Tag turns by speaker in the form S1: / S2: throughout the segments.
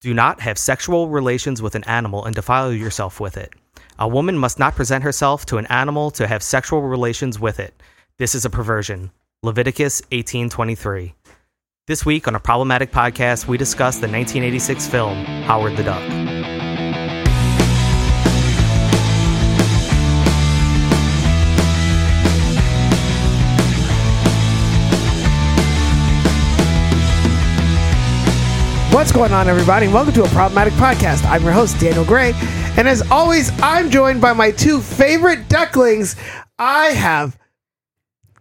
S1: Do not have sexual relations with an animal and defile yourself with it. A woman must not present herself to an animal to have sexual relations with it. This is a perversion. Leviticus 18:23. This week on a problematic podcast, we discuss the 1986 film Howard the Duck.
S2: What's going on, everybody? Welcome to a problematic podcast. I'm your host, Daniel Gray, and as always, I'm joined by my two favorite ducklings. I have.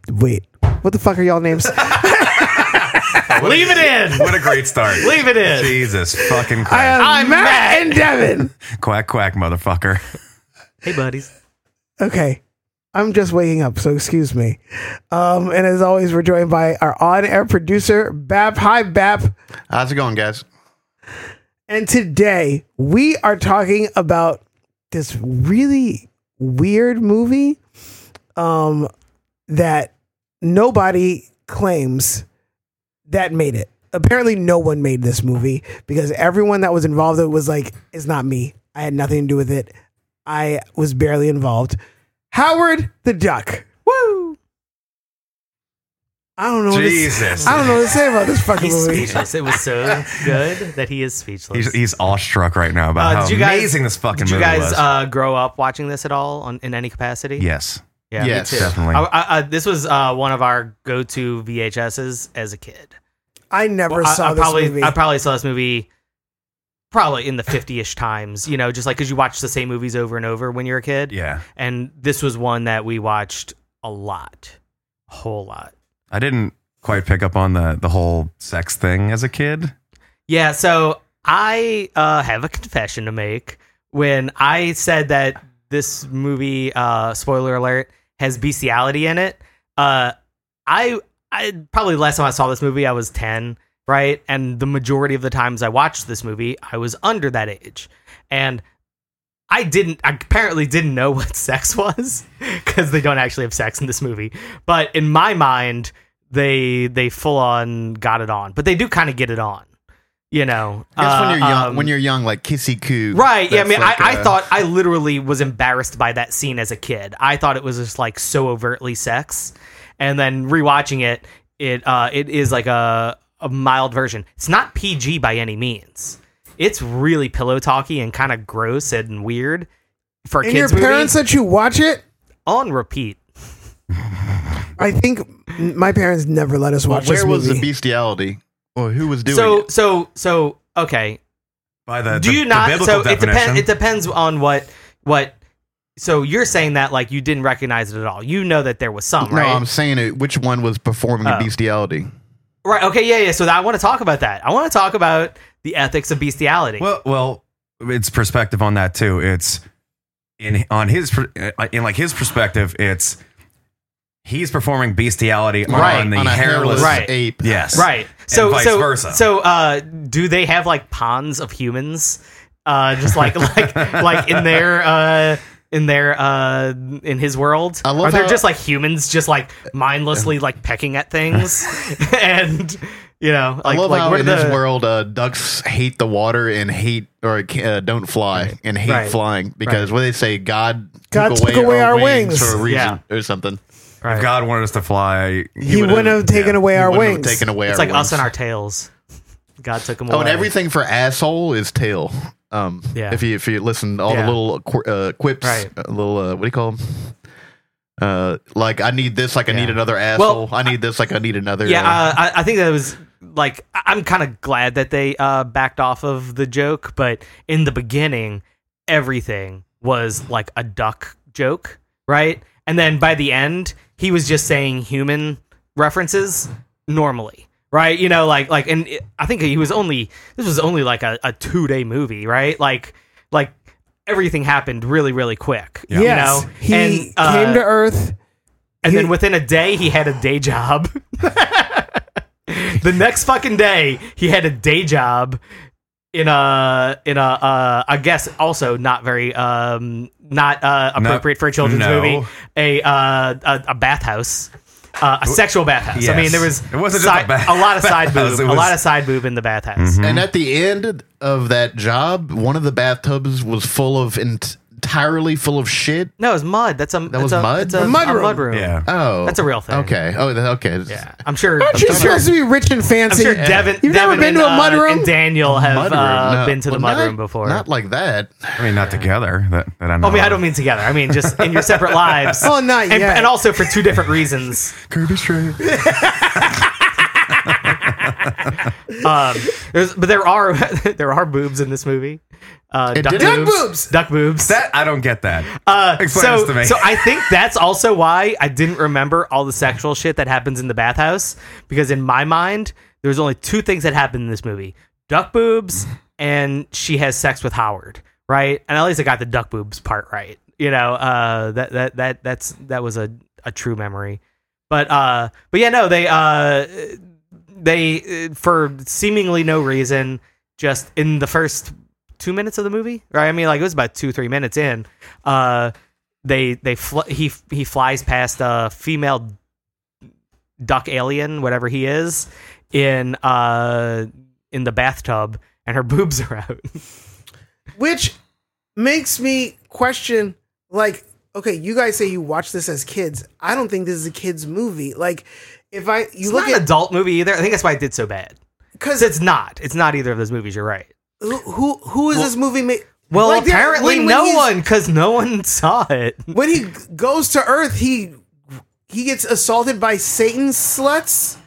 S2: Wait, what the fuck are y'all names? I
S3: Leave it in.
S4: What a great start.
S3: Leave it in.
S4: Jesus fucking
S2: have
S4: Christ.
S2: Matt, and Devin.
S4: quack, quack, motherfucker.
S1: Hey, buddies.
S2: Okay, I'm just waking up, so excuse me. Um, and as always, we're joined by our on-air producer, Bap. Hi, Bap.
S5: How's it going, guys?
S2: And today we are talking about this really weird movie um, that nobody claims that made it. Apparently, no one made this movie because everyone that was involved in it was like, it's not me. I had nothing to do with it. I was barely involved. Howard the Duck. Woo! I don't know. What to,
S4: Jesus.
S2: I don't know what to say about this fucking
S1: He's
S2: movie.
S1: speechless. It was so good that he is speechless.
S4: He's, he's awestruck right now about
S1: Uh,
S4: how
S1: did you guys-
S4: amazing this fucking
S1: Did you
S4: movie
S1: guys
S4: was.
S1: uh, grow up watching this at all on, in any capacity?
S4: yes,
S1: yeah,
S5: Yes.
S1: me too.
S4: definitely.
S1: I, I, I, this was uh, one of our go-to VHSs as a kid.
S2: I never
S1: Well, I-
S2: saw
S1: I,
S2: this
S1: probably,
S2: movie.
S1: I probably saw this movie probably in the 50-ish times, you know, just like because you watch the same movies over and over when you're a kid.
S4: yeah.
S1: And this was one that we watched a lot, a whole lot.
S4: I didn't quite pick up on the, the whole sex thing as a kid.
S1: Yeah, so I uh, have a confession to make. When I said that this movie, uh, spoiler alert, has bestiality in it, uh, I, I probably last time I saw this movie, I was 10, right? And the majority of the times I watched this movie, I was under that age. And I didn't, I apparently didn't know what sex was because they don't actually have sex in this movie. But in my mind, they they full on got it on, but they do kind of get it on, you know.
S5: That's when you're
S1: Uh,
S5: young.
S1: um,
S5: when you're young, like kissy coo.
S1: Right. Yeah. I
S5: That's
S1: mean,
S5: like,
S1: I, I
S5: uh,
S1: thought I literally was embarrassed by that scene as a kid. I thought it was just like so overtly sex, and then rewatching it, it uh, it is like a a mild version. It's not PG by any means. It's really pillow talky and kind of gross and weird for a
S2: and your
S1: kids.
S2: parents
S1: movie.
S2: let you watch it?
S1: on repeat.
S2: I think m- my parents never let us
S5: well,
S2: watch this
S5: where was
S2: movie.
S5: the bestiality? Or who was doing
S1: So
S5: it?
S1: so so okay.
S4: By the
S1: do
S4: the-
S1: you
S4: the
S1: not so
S4: biblical
S1: it depends
S4: definition.
S1: it depends on what what so you're saying that like you didn't recognize it at all you know that there was some
S5: No,
S1: right
S5: I'm saying it, which one was performing
S1: Oh.
S5: the bestiality?
S1: right okay yeah yeah so that, i want to talk about that i want to talk about the ethics of bestiality
S4: Well, well, it's perspective on that too. It's in on his per- uh, in like his perspective. It's he's performing bestiality on the
S5: on a
S4: hairless.
S5: hairless
S1: Right.
S5: ape.
S4: Yes.
S1: right so
S4: vice
S1: so
S4: versa.
S1: so uh do they have like ponds of humans uh just like like like in their uh in their uh in his world
S5: I love
S1: are there
S5: how-
S1: just like humans just like mindlessly like pecking at things and you know like
S5: I love
S1: like
S5: how
S1: where
S5: in
S1: the,
S5: this world, uh, ducks hate the water and hate or uh, don't fly and hate
S1: Right.
S5: flying because what they say, God,
S2: God took away our wings.
S5: for a reason
S1: Yeah.
S5: or something.
S1: right.
S4: If God wanted us to fly.
S2: he
S5: would've-
S2: wouldn't have taken
S4: yeah,
S2: away
S5: He
S2: our
S5: wouldn't have
S2: wings.
S5: taken away
S1: It's
S5: our
S1: like
S5: wings.
S1: us and our tails. God took them away.
S5: Oh, and everything for asshole is tail. Um,
S1: Yeah.
S5: If you if you listen, to all
S1: Yeah.
S5: the little qu- uh, quips,
S1: Right.
S5: uh, little uh, what do you call them? Uh, like I need this, like I need another asshole. I need this, like I need another.
S1: Yeah,
S5: uh,
S1: uh, I, I think that was like I- I'm kind of glad that they uh, backed off of the joke, but in the beginning, everything was like a duck joke, right? And then by the end, he was just saying human references normally. Right, you know, like, like, and it- I think he was only. This was only like a, a two day movie, right? Like, like everything happened really, really quick. you
S2: Yes,
S1: know?
S2: he
S1: And, uh,
S2: came to Earth.
S1: And then
S2: He-
S1: within a day, he had a day job. the next fucking day, he had a day job in a in a uh, I guess also not very um not uh, appropriate for a children's
S4: no.
S1: movie a uh a, a bathhouse. uh, a sexual bathhouse. I mean, there was
S4: It wasn't just
S1: side-
S4: a bath-
S1: lot of side boob,
S4: bathhouse, it
S1: a lot
S4: was- Mm-hmm.
S1: of side boob in the bathhouse.
S5: And at the end of that job, one of the bathtubs was full of ent- entirely full of shit.
S1: No, it was mud. That's a that
S5: was mud?
S1: It's a,
S2: A mud
S1: a
S2: room.
S1: mud room.
S4: Yeah.
S5: Oh,
S1: That's a real thing.
S5: Okay. Oh, that- okay.
S1: Yeah, I'm sure.
S5: Oh,
S1: I'm
S2: Aren't you
S1: sure,
S2: supposed to be rich
S1: I'm
S2: and fancy?
S1: sure Devin.
S2: You've never
S1: Devin
S2: been
S1: and,
S2: to a
S1: uh,
S2: mud room?
S1: And Daniel have
S5: Mudroom,
S1: uh,
S5: no.
S1: been to the
S5: Well,
S1: mud
S5: not-
S1: room before.
S5: Not like that.
S4: I mean, not together. That, that I know.
S1: Oh. I mean, I don't mean together. I mean just in your separate lives.
S2: Oh, not
S1: and,
S2: yet.
S1: and also for two different reasons.
S4: Kirby Strike.
S1: Um, there's, but there are there are boobs in this movie. Uh, duck,
S5: did-
S1: boobs,
S2: Duck boobs!
S1: Duck boobs.
S4: That I don't get that.
S1: Uh,
S4: Explain
S1: so,
S4: this to me.
S1: so I think that's also why I didn't remember all the sexual shit that happens in the bathhouse because in my mind there's only two things that happen in this movie: duck boobs and she has sex with Howard, right? And at least I got the duck boobs part right. You know, uh, that that that that's that was a, a true memory. But uh, but yeah, no, they uh, they uh, for seemingly no reason, just in the first two minutes of the movie, right? I mean, like it was about two three minutes in. Uh, they they fl- he he flies past a female duck alien, whatever he is, in uh in the bathtub, and her boobs are out.
S2: which makes me question like okay you guys say you watch this as kids i don't think this is a kids movie like if i you
S1: It's
S2: look
S1: not an
S2: at
S1: adult movie either. I think that's why it did so bad.
S2: because
S1: 'Cause It's not. It's not either of those movies. You're right.
S2: who who, who is this movie made
S1: Well,
S2: Like, there-
S1: apparently
S2: when- when
S1: no
S2: he's-
S1: one, because no one saw it.
S2: when he goes to earth he he gets assaulted by satan sluts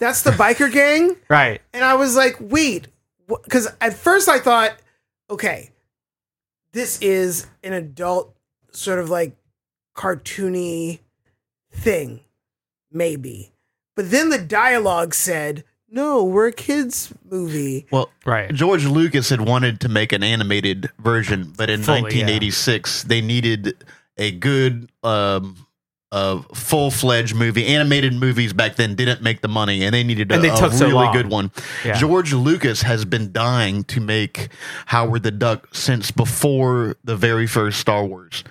S2: that's the biker gang
S1: Right.
S2: and I was like, wait, because at first I thought, okay, this is an adult sort of like cartoony thing, maybe. But then the dialogue said, no, we're a kids movie.
S5: Well,
S1: Right.
S5: George Lucas had wanted to make an animated version, but in
S1: Fully, yeah.
S5: 1986 they needed a good um uh, full-fledged movie. Animated movies back then didn't make the money and they needed
S1: And
S5: a,
S1: they
S5: a
S1: took so
S5: really
S1: long.
S5: good one.
S1: Yeah.
S5: George Lucas has been dying to make Howard the Duck since before the very first Star Wars.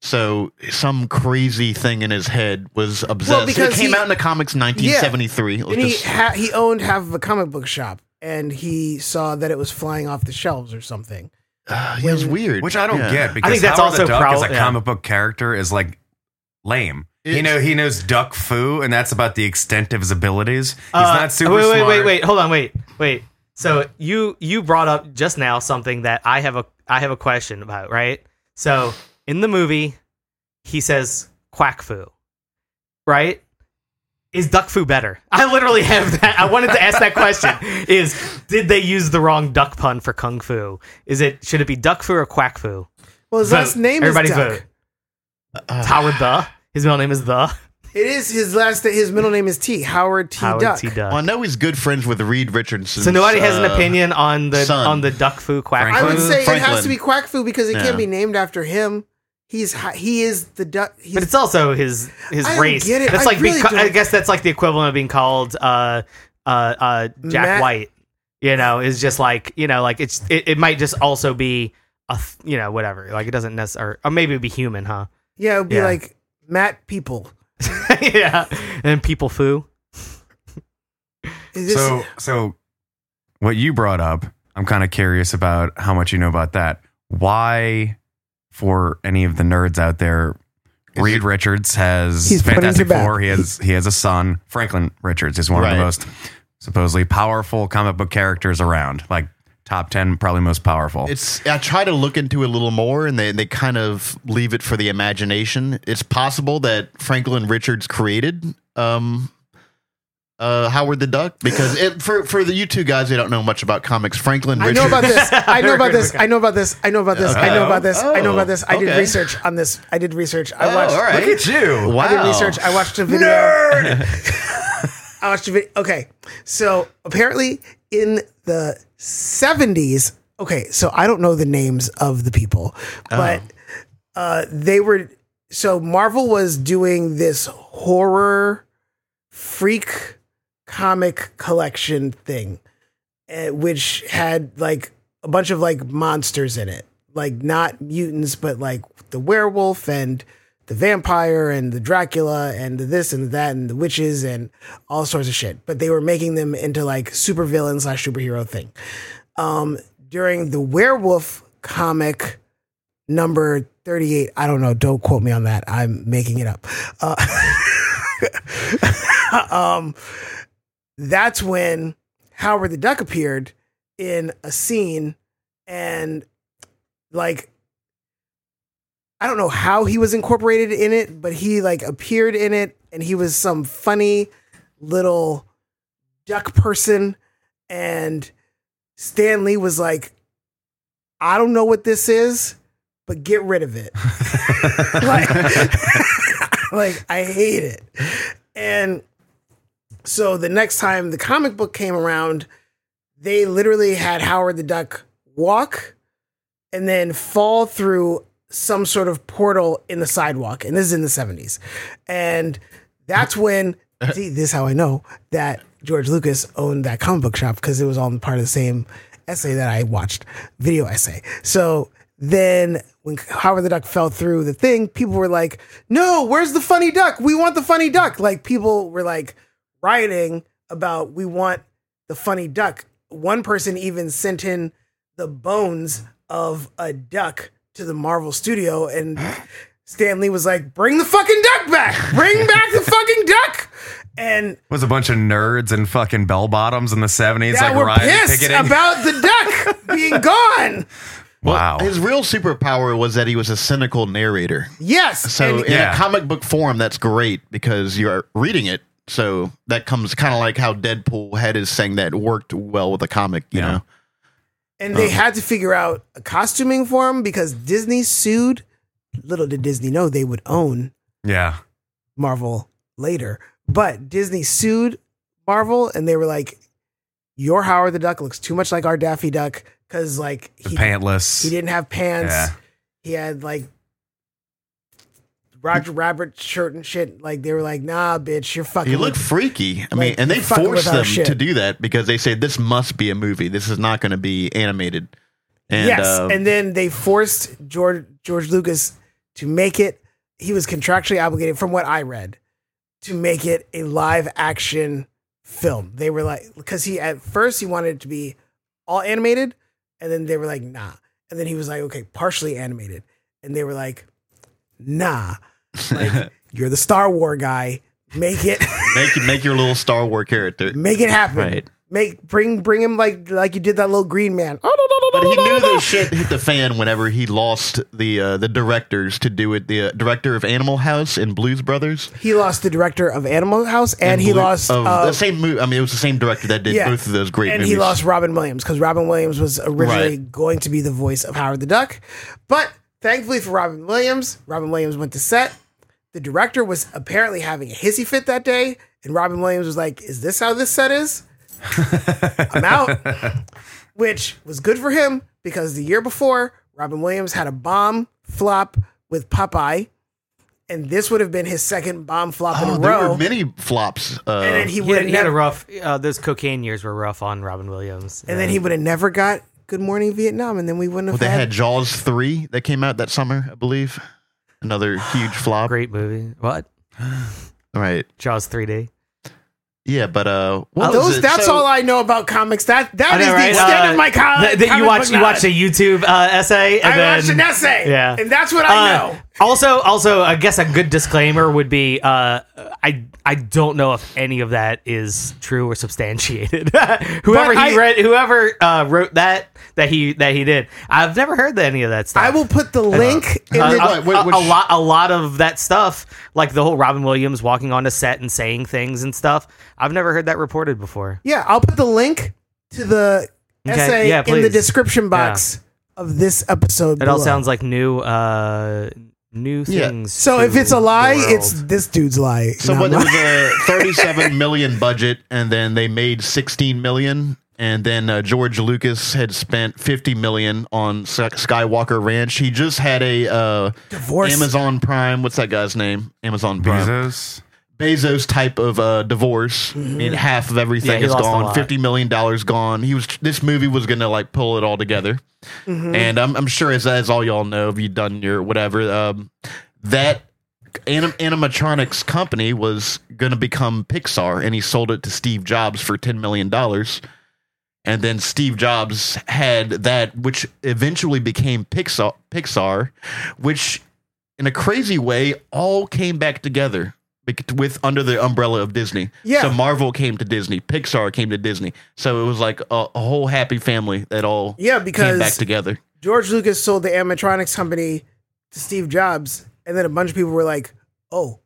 S5: So some crazy thing in his head was obsessed.
S2: because
S5: it came
S2: he-
S5: out in the comics in 1973. Let's
S2: And he,
S5: just-
S2: ha- he owned half of a comic book shop and he saw that it was flying off the shelves or something.
S5: uh, it was weird.
S4: Which I don't
S5: Yeah.
S4: get because I
S1: think that's
S4: Howard the
S1: also
S4: Duck
S1: prob-
S4: as a
S1: yeah.
S4: comic book character is like lame. you
S5: It's-
S4: know, he knows duck foo, and that's about the extent of his abilities. He's
S1: Uh,
S4: not super
S1: wait, wait,
S4: smart.
S1: wait, wait. Hold on, wait, wait. So you you brought up just now something that I have a I have a question about, right? So in the movie, he says quack foo, right? Is duck foo better? I literally have that. I wanted to ask that question. Is did they use the wrong duck pun for kung fu? Is it should it be duck foo or quack foo?
S2: Well, his
S1: Vote.
S2: last name
S1: Everybody
S2: is Duck.
S1: vote.
S4: Uh,
S1: It's Howard the. His middle name is the
S2: It is his last. His middle name is T. Howard T.
S1: Howard
S2: Duck.
S1: T.
S5: Well, I
S1: Duck.
S5: know he's good friends with Reed Richardson.
S1: So nobody has an
S5: uh,
S1: opinion on the
S5: son.
S1: on the duck foo quack.
S2: I
S1: foo?
S2: would say it has
S5: Franklin.
S2: to be Quack Foo because it can't
S5: Yeah.
S2: be named after him. He's hi- he is the duck. He's,
S1: But it's also his his
S2: I don't
S1: race.
S2: get it.
S1: That's
S2: I
S1: like
S2: really
S1: beca- I
S2: don't-
S1: guess that's like the equivalent of being called uh uh uh Jack
S2: Matt-
S1: White. You know, is just like you know, like it's it, it might just also be a th- you know whatever. Like it doesn't necessarily or maybe it'd be human, huh?
S2: yeah, it would be
S1: yeah.
S2: like Matt People.
S1: yeah, and people foo.
S2: Is this,
S4: So, so what you brought up, I'm kind of curious about how much you know about that. Why, for any of the nerds out there, Reed Richards has
S2: He's putting
S4: Fantastic
S2: you back.
S4: Four. He has he has a son, Franklin Richards, is one of
S5: Right.
S4: the most supposedly powerful comic book characters around. Like top ten, probably most powerful.
S5: It's. I try to look into it a little more, and they, they kind of leave it for the imagination. It's possible that Franklin Richards created um, uh, Howard the Duck because it, for for the you two guys that don't know much about comics, Franklin
S2: I
S5: Richards.
S2: know about this. I know about this. I know about this. I know about this. I know about this. I know about this. I did
S5: Oh. Okay.
S2: research on this. I did research.
S5: Oh,
S2: I watched.
S5: all right.
S4: Look at you.
S5: Wow.
S2: I did research. I watched a video. I watched a video. Okay, so apparently in the seventies. Okay, so I don't know the names of the people, but uh, they were. So Marvel was doing this horror freak comic collection thing, uh, which had like a bunch of like monsters in it, like not mutants, but like the werewolf and the vampire and the Dracula and the this and that and the witches and all sorts of shit. But they were making them into like super villain slash superhero thing. Um, during the werewolf comic number 38, I don't know, don't quote me on that. I'm making it up. Uh, um, that's when Howard the Duck appeared in a scene and like I don't know how he was incorporated in it, but he like appeared in it and he was some funny little duck person and Stanley was like I don't know what this is, but get rid of it. like, like I hate it. And so the next time the comic book came around, they literally had Howard the Duck walk and then fall through some sort of portal in the sidewalk. And this is in the 70s. And that's when, see, this is how I know that George Lucas owned that comic book shop because it was all part of the same essay that I watched, video essay. So then when Howard the Duck fell through the thing, people were like, no, where's the funny duck? We want the funny duck. Like people were like, rioting about we want the funny duck. One person even sent in the bones of a duck to the Marvel studio, and Stanley was like, "Bring the fucking duck back! Bring back the fucking duck!" And
S4: was a bunch of nerds and fucking bell bottoms in the 70s,
S2: that
S4: like
S2: were
S4: riot
S2: pissed
S4: picketing.
S2: about the duck being gone.
S4: wow.
S5: His real superpower was that he was a cynical narrator.
S2: Yes.
S5: So
S2: and-
S5: in
S4: Yeah.
S5: a comic book form, that's great because you're reading it. So that comes kind of like how Deadpool had his thing that worked well with a comic, you
S4: Yeah.
S5: know.
S2: And
S4: oh.
S2: they had to figure out a costuming for him because Disney sued. Little did Disney know they would own
S4: yeah.
S2: Marvel later. But Disney sued Marvel and they were like, Your Howard the Duck looks too much like our Daffy Duck because, like,
S4: The
S2: he,
S4: pantless.
S2: he didn't have pants.
S4: Yeah.
S2: He had, like, Roger Rabbit shirt and shit. Like, they were like, Nah, bitch, you're fucking.
S5: He looked freaky. I mean,
S2: Like,
S5: and they
S2: you're fucking with
S5: forced
S2: our
S5: them
S2: shit.
S5: to do that because they said this must be a movie. This is not going to be animated. And,
S2: yes.
S5: uh,
S2: and then they forced George, George Lucas to make it. He was contractually obligated, from what I read, to make it a live action film. They were like, because he at first he wanted it to be all animated, and then they were like, nah. And then he was like, okay, partially animated, and they were like, nah. Like, you're the Star Wars guy. Make it,
S5: make make your little Star Wars character.
S2: make it happen.
S5: Right.
S2: Make bring bring him like like you did that little green man. Oh,
S5: But he knew this shit hit the fan whenever he lost the uh, the directors to do it. The uh, director of Animal House and Blues Brothers,
S2: He lost the director of Animal House, and, he
S5: Blue-
S2: lost
S5: of
S2: uh,
S5: the same movie. I mean, it was the same director that did
S2: yeah.
S5: both of those great
S2: and
S5: movies.
S2: he lost Robin Williams because Robin Williams was originally
S5: Right.
S2: going to be the voice of Howard the Duck, but thankfully for Robin Williams, Robin Williams went to set. The director was apparently having a hissy fit that day, and Robin Williams was like, "Is this how this set is? I'm out." Which was good for him because the year before, Robin Williams had a bomb flop with Popeye, and this would have been his second bomb flop
S5: Oh,
S2: in a
S5: there
S2: row.
S5: were many flops. Uh,
S2: and then he
S1: He
S2: would
S1: had,
S2: have
S1: he had a
S2: never,
S1: rough. Uh, those cocaine years were rough on Robin Williams.
S2: and then he would have never got Good Morning Vietnam, and then we wouldn't
S5: well,
S2: have
S5: they
S2: had,
S5: had Jaws three that came out that summer, I believe. Another huge flop.
S1: great movie. What
S5: Right.
S1: Jaws 3D?
S5: Yeah, but uh, what was
S2: those.
S5: it?
S2: That's
S5: So-
S2: all I know about comics. That that
S1: I know,
S2: is the
S1: right?
S2: extent
S1: Uh,
S2: of my co-
S1: Th-
S2: comic.
S1: that you watch
S2: book
S1: you watch a
S2: knowledge.
S1: YouTube uh, essay. And
S2: I
S1: then,
S2: watched an essay,
S1: Yeah.
S2: and that's what I
S1: Uh,
S2: know.
S1: also, also, I guess a good disclaimer would be uh, I I don't know if any of that is true or substantiated. whoever
S2: But
S1: he
S2: I-
S1: read, whoever uh, wrote that that he that he did, I've never heard any of that stuff.
S2: I will put the link in
S1: Uh,
S2: the.
S1: a-
S5: Wait, wait,
S1: a, a
S5: which-
S1: lot, a lot of that stuff, like the whole Robin Williams walking on a set and saying things and stuff. I've never heard that reported before.
S2: yeah, I'll put the link to the
S1: Okay,
S2: essay
S1: yeah,
S2: in the
S1: please.
S2: description box of this episode.
S1: It all
S2: below.
S1: sounds like new, uh, new
S5: Yeah.
S1: things.
S2: So
S1: to
S2: if it's a lie,
S1: the world.
S2: it's this dude's lie.
S5: So
S2: not
S5: what, it
S2: mine.
S5: was a 37 million budget, and then they made 16 million, and then uh, George Lucas had spent 50 million on Sk- Skywalker Ranch. He just had a uh,
S2: divorce.
S5: Amazon Prime. What's that guy's name? Amazon Prime.
S4: Bezos.
S5: Bezos type of uh, divorce. I mean, half
S1: Mm-hmm.
S5: of
S1: Yeah,
S5: everything
S1: he
S5: is
S1: lost a
S5: gone.
S1: lot.
S5: Fifty million dollars gone. He was. This movie was gonna like pull it all together,
S1: Mm-hmm.
S5: and I'm, I'm sure as as all y'all know, if you done your whatever, um, that anim- animatronics company was going to become Pixar, and he sold it to Steve Jobs for ten million dollars. And then Steve Jobs had that, which eventually became Pixar. Pixar, which, in a crazy way, all came back together bec- with under the umbrella of Disney.
S2: Yeah.
S5: So Marvel came to Disney, Pixar came to Disney. So it was like a, a whole happy family that all
S2: Yeah,
S5: came back
S2: because
S5: together.
S2: George Lucas sold the animatronics company to Steve Jobs, and then a bunch of people were like, "Oh,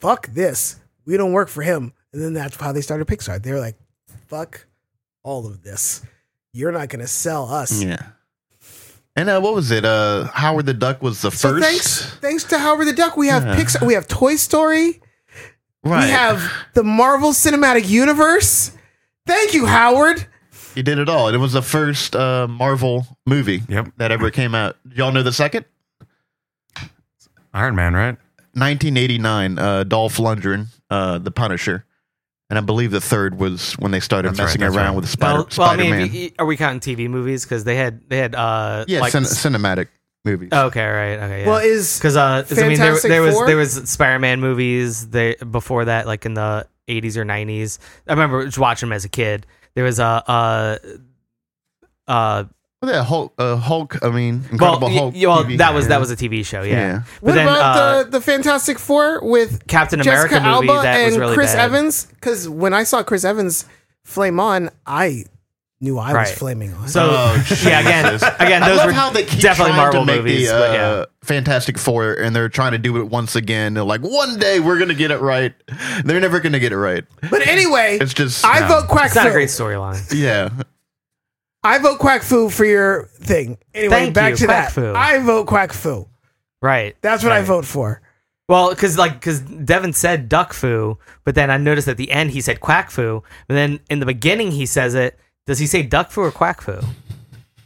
S2: fuck this, we don't work for him." And then that's how they started Pixar. They were like, "Fuck all of this, you're not gonna sell us."
S5: Yeah. And uh, what was it? Uh, Howard the Duck was the
S2: So
S5: first.
S2: thanks, thanks to Howard the Duck, we have
S5: Yeah.
S2: Pixar, we have Toy Story,
S5: Right.
S2: we have the Marvel Cinematic Universe. Thank you, Howard.
S5: He did it all. And it was the first uh, Marvel movie
S4: Yep.
S5: that ever came out. Y'all know the second?
S4: Iron Man, right?
S5: 1989, uh, Dolph Lundgren, uh, The Punisher. And I believe the third was when they started
S4: That's right,
S5: messing
S4: that's
S5: around
S4: right.
S5: with Spider-
S1: well, well, I
S5: Spider-Man.
S1: mean, y- y- are we counting TV movies? Because they had they had uh
S5: yeah,
S1: like Uh, oh,
S5: cin- cinematic movies.
S1: okay right okay yeah.
S2: Well, is
S1: because uh, 'cause I mean, there,
S2: Fantastic
S1: there was
S2: Four?
S1: there was Spider-Man movies there before that, like in the '80s or '90s. I remember just watching them as a kid. There was a uh, uh, uh,
S5: Well, yeah, Hulk, uh, Hulk, I mean,
S1: well,
S5: Incredible
S1: y-
S5: Hulk.
S1: y- well,
S5: TV.
S1: that was that was a TV show, yeah.
S5: Yeah.
S1: But
S2: what
S1: then
S2: about
S1: uh,
S2: the the Fantastic Four with
S1: Captain
S2: Jessica
S1: America movie
S2: Alba
S1: that
S2: and
S1: was really
S2: Chris
S1: bad.
S2: Evans? Because when I saw Chris Evans flame on, I knew I was
S1: Right.
S2: flaming on.
S1: So yeah, again, again,
S5: I
S1: those
S5: love
S1: were
S5: how they keep
S1: definitely
S5: trying
S1: Marvel
S5: to make
S1: movies.
S5: the
S1: but yeah.
S5: uh, Fantastic Four, and they're trying to do it once again. They're like, one day we're gonna get it right. They're never gonna get it right.
S2: but anyway,
S5: It's just,
S2: I vote Quack
S1: It's not a
S2: Foo.
S1: great storyline.
S5: yeah,
S2: I vote Quack Foo for your thing. Anyway,
S1: Thank
S2: back
S1: you,
S2: to
S1: Quack
S2: that.
S1: Foo.
S2: I vote Quack Foo.
S1: Right.
S2: That's what I
S1: Right.
S2: vote for.
S1: Well, because like because Devin said duck foo, but then I noticed at the end he said quack foo, and then in the beginning he says it. Does he say duck foo or quack foo?